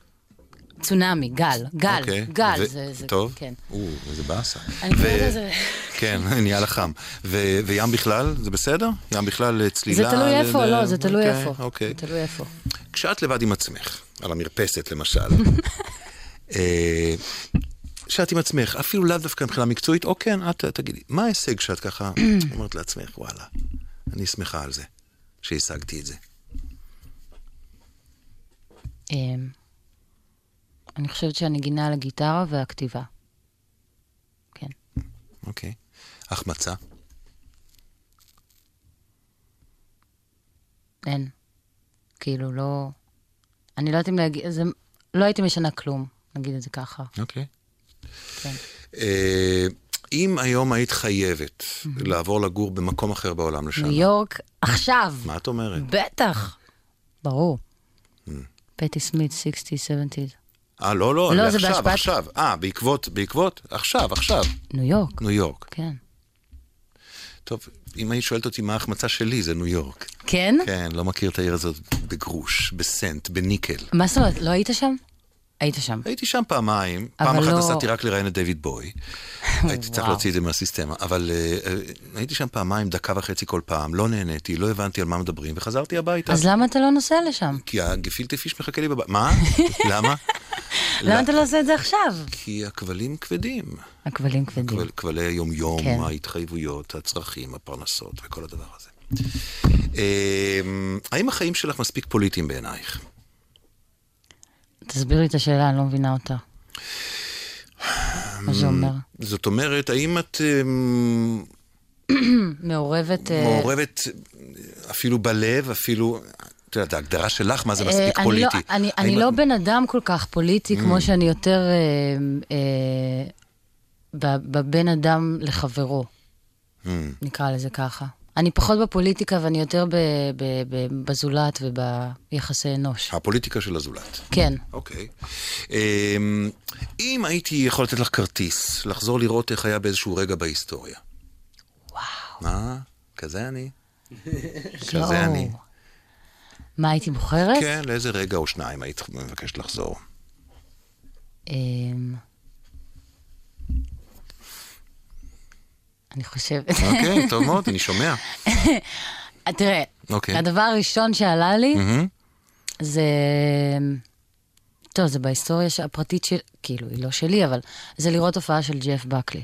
S3: צונאמי, גל, גל,
S2: אוקיי.
S3: גל.
S2: ו-
S3: זה, זה,
S2: טוב.
S3: כן.
S2: או, איזה באסה.
S3: אני לא
S2: ו-
S3: קוראת לזה...
S2: כן, נהיה לך חם. ו- וים בכלל, זה בסדר? ים בכלל אה, צלילה?
S3: זה תלוי
S2: ל-
S3: איפה,
S2: ל-
S3: לא, זה תלוי
S2: אוקיי,
S3: איפה.
S2: אוקיי.
S3: זה תלוי איפה.
S2: כשאת לבד עם עצמך, על המרפסת למשל, אה, כשאת עם עצמך, אפילו לאו דווקא מבחינה מקצועית, או כן, את תגידי, מה ההישג שאת ככה אומרת לעצמך, וואלה, אני שמחה על זה, שהשגתי את זה.
S3: אמ, אני חושבת שהנגינה על הגיטרה והכתיבה. כן.
S2: אוקיי. החמצה,
S3: אין. כאילו, לא... אני לא יודעת אם להגיד... זה... לא הייתי משנה כלום, נגיד את זה ככה.
S2: אוקיי.
S3: כן.
S2: אה, אם היום היית חייבת
S3: Mm-hmm.
S2: לעבור לגור במקום אחר בעולם לשנה,
S3: ניו יורק, עכשיו!
S2: מה את אומרת?
S3: בטח! ברור. פטי סמית, 60, 70.
S2: אה, לא, לא,
S3: לא, זה
S2: עכשיו,
S3: בהשפעת-
S2: עכשיו. אה, בעקבות, בעקבות, עכשיו, עכשיו,
S3: ניו יורק,
S2: ניו יורק.
S3: כן.
S2: טוב, אם היית שואלת אותי מה ההחמצה שלי, זה ניו יורק.
S3: כן?
S2: כן, לא מכיר את העיר הזאת בגרוש, בסנט, בניקל.
S3: מה זאת אומרת, לא היית שם? היית שם.
S2: הייתי שם פעמיים,
S3: אבל
S2: פעם אחת
S3: לא-
S2: נסעתי רק לראיין את דיוויד בוי. הייתי צריך
S3: וואו.
S2: להוציא את זה מהסיסטמה, אבל אה, אה, הייתי שם פעמיים, דקה וחצי כל פעם, לא נהניתי, לא הבנתי על מה מדברים, וחזרתי הביתה.
S3: אז למה אתה לא נוסע לשם?
S2: כי הגפילטע פיש מחכה לי בבית. מה? למה?
S3: למה אתה לא עושה את זה עכשיו?
S2: כי הכבלים כבדים.
S3: הכבלים כבדים.
S2: כבל- כבלי היום-יום,
S3: כן.
S2: ההתחייבויות, הצרכים, הפרנסות וכל הדבר הזה. אמ, האם החיים שלך מספיק פוליטיים בעינייך?
S3: תסביר לי את השאלה, אני לא מבינה אותה. מה זה אומר?
S2: זאת אומרת, האם את אמ,
S3: מעורבת... אה,
S2: מעורבת אה, אפילו בלב, אפילו, את יודעת, ההגדרה שלך, מה זה
S3: אה,
S2: מספיק
S3: אני
S2: פוליטי. Mm.
S3: לא, אני, אני
S2: האם
S3: לא
S2: את-
S3: בן אדם כל כך פוליטי, כמו שאני יותר אה, אה, ב- בבן אדם לחברו,
S2: אמ,
S3: נקרא לזה ככה. אני פחות בפוליטיקה ואני יותר ב, ב, ב, בזולת וביחסי אנוש.
S2: הפוליטיקה של הזולת.
S3: כן.
S2: אוקיי. אמ, אם הייתי יכול לתת לך כרטיס, לחזור לראות איך היה באיזשהו רגע בהיסטוריה. וואו. מה? כזה אני? כזה
S3: יואו.
S2: אני.
S3: לא. מה הייתי בוחרת?
S2: כן, לאיזה רגע או שניים היית מבקשת לחזור.
S3: אמ, אני חושבת...
S2: אוקיי, טוב מאוד, אני שומע.
S3: תראה,
S2: אוקיי.
S3: הדבר הראשון שעלה לי
S2: מהמם.
S3: זה... טוב, זה בהיסטוריה ש- הפרטית של... כאילו, היא לא שלי, אבל זה לראות הופעה של ג'ף בקלי.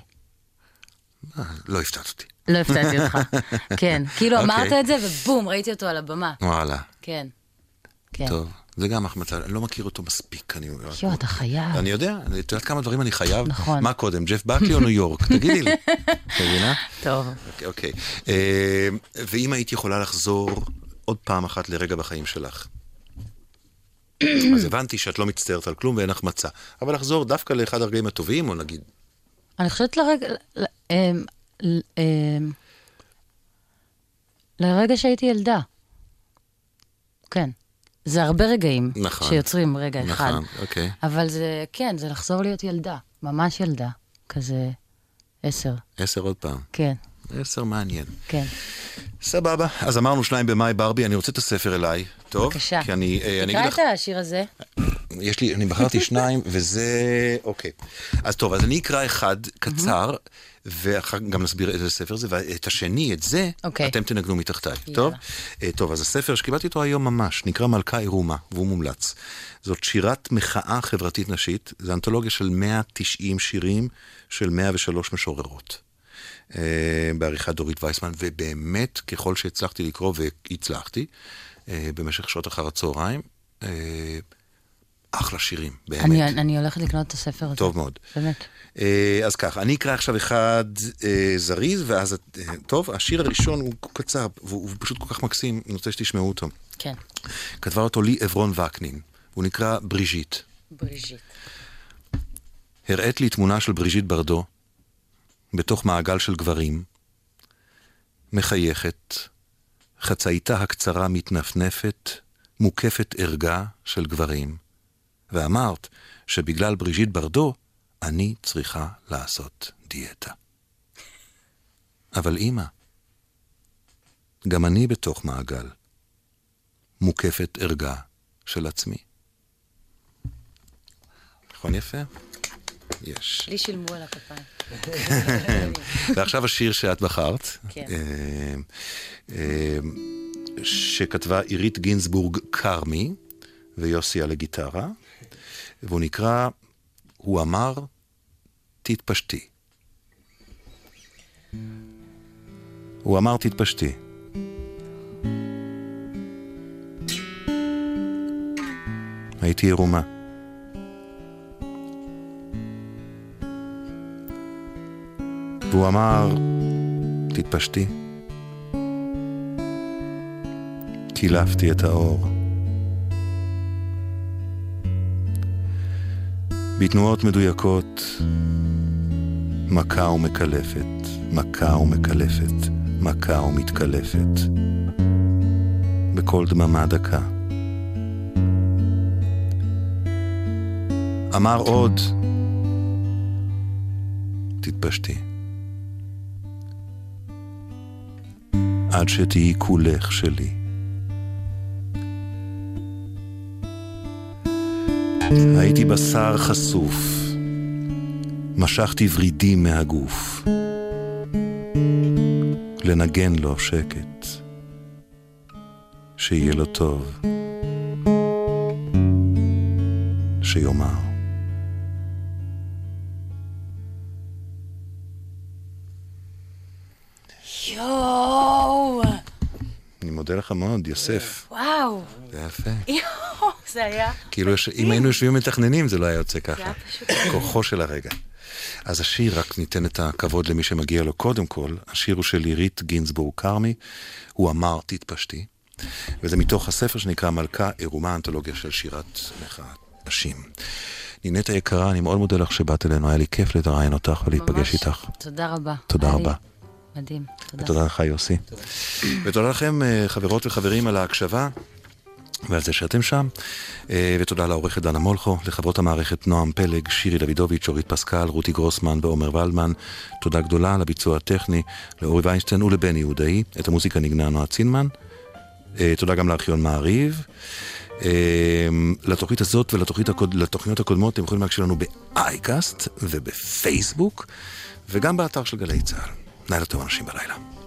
S2: אה, לא הפתעת אותי.
S3: לא הפתעתי אותך. כן, כאילו
S2: אוקיי.
S3: אמרת את זה, ובום, ראיתי אותו על הבמה.
S2: וואלה,
S3: כן. כן.
S2: טוב. זה גם החמצה, אני לא מכיר אותו מספיק. אני...
S3: יואו, אתה חייב.
S2: אני יודע, אני- את יודעת כמה דברים אני חייב?
S3: נכון.
S2: מה קודם, ג'ף בקלי או ניו יורק? תגידי לי. את מבינה?
S3: טוב.
S2: אוקיי, אוקיי. אה, ואם היית יכולה לחזור עוד פעם אחת לרגע בחיים שלך? אז הבנתי שאת לא מצטערת על כלום ואין החמצה. אבל לחזור דווקא לאחד הרגעים הטובים, או נגיד,
S3: אני חושבת לרגע... ל- אמ, ל- אמ, לרגע שהייתי ילדה. כן. זה הרבה רגעים
S2: נכון.
S3: שיוצרים רגע אחד.
S2: נכון, אוקיי.
S3: אבל זה, כן, זה לחזור להיות ילדה. ממש ילדה. כזה עשר.
S2: עשר עוד פעם.
S3: כן,
S2: עשר מעניין.
S3: כן.
S2: סבבה, אז אמרנו שניים במאי ברבי, אני רוצה את הספר אליי. טוב?
S3: בבקשה.
S2: כי אני, אה, אני
S3: תקרא
S2: אגיד
S3: את
S2: לך,
S3: השיר הזה.
S2: יש לי, אני בחרתי שניים, וזה... אוקיי. אז טוב, אז אני אקרא אחד קצר, ואחר כך גם נסביר איזה ספר זה, ואת השני, את זה,
S3: אוקיי.
S2: אתם תנגנו מתחתיי. טוב? אה, טוב, אז הספר שקיבלתי אותו היום ממש, נקרא מלכה עירומה, והוא מומלץ. זאת שירת מחאה חברתית נשית, זו אנתולוגיה של 190 שירים של 103 משוררות. אה, בעריכת דורית וייסמן, ובאמת, ככל שהצלחתי לקרוא, והצלחתי, אה, במשך שעות אחר הצהריים, אה, אחלה שירים, באמת.
S3: אני, אני הולכת לקנות את הספר הזה.
S2: טוב מאוד.
S3: באמת.
S2: אה, אז ככה, אני אקרא עכשיו אחד אה, זריז, ואז... את- אה, טוב, השיר הראשון הוא קצר, והוא הוא פשוט כל כך מקסים, אני רוצה שתשמעו אותו.
S3: כן.
S2: כתבה אותו לי עברון וקנין, הוא נקרא בריז'יט.
S3: בריז'יט.
S2: הראית לי תמונה של בריז'יט ברדו, בתוך מעגל של גברים, מחייכת, חצאיתה הקצרה מתנפנפת, מוקפת ערגה של גברים, ואמרת שבגלל בריז'יט ברדו, אני צריכה לעשות דיאטה. אבל אמא, גם אני בתוך מעגל, מוקפת ערגה של עצמי. נכון יפה? יש.
S3: לי שילמו על הכפיים.
S2: ועכשיו השיר שאת בחרת,
S3: כן.
S2: אה, אה, שכתבה עירית גינזבורג כרמי ויוסי על הגיטרה, והוא נקרא, הוא אמר, תתפשטי. הוא אמר, תתפשטי. הייתי עירומה. והוא אמר, תתפשטי. קילפתי את האור. בתנועות מדויקות, מכה ומקלפת, מכה ומקלפת, מכה ומתקלפת. בקול דממה דקה. אמר עוד, תתפשטי. עד שתהיי כולך שלי. הייתי בשר חשוף, משכתי ורידים מהגוף, לנגן לו שקט, שיהיה לו טוב, שיאמר.
S5: יואו!
S2: אני מודה לך מאוד, יוסף.
S5: וואו!
S2: זה יפה.
S5: יואו! זה היה...
S2: כאילו, יש- אם היינו יושבים מתכננים, זה לא היה יוצא ככה.
S5: כן. היה פשוט-
S2: כוחו של הרגע. אז השיר, רק ניתן את הכבוד למי שמגיע לו קודם כל. השיר הוא של עירית גינזבורג כרמי, הוא אמר תתפשטי, וזה מתוך הספר שנקרא מלכה עירומה, אנתולוגיה של שירת מחאת נשים. נינת היקרה, אני מאוד מודה לך שבאת אלינו, היה לי כיף לראיין אותך ולהיפגש
S5: ממש.
S2: איתך.
S5: תודה רבה.
S2: תודה
S5: היה לי
S2: רבה.
S5: מדהים, תודה.
S2: ותודה לך, יוסי. ותודה לכם, אה, חברות וחברים, על ההקשבה. ועל זה שאתם שם, אה, ותודה לעורכת דנה מולכו, לחברות המערכת נועם פלג, שירי דוידוביץ', אורית פסקל, רותי גרוסמן ועומר ולמן. תודה גדולה על הביצוע הטכני, לאורי ויינשטיין ולבני יהודאי. את המוזיקה נגנה נועה צינמן. אה, תודה גם לארכיון מעריב. אה, לתוכנית הזאת ולתוכנית הקוד... לתוכניות הקודמות אתם יכולים להקשיב לנו באייקאסט ובפייסבוק, וגם באתר של גלי צה"ל. לילה טוב אנשים בלילה.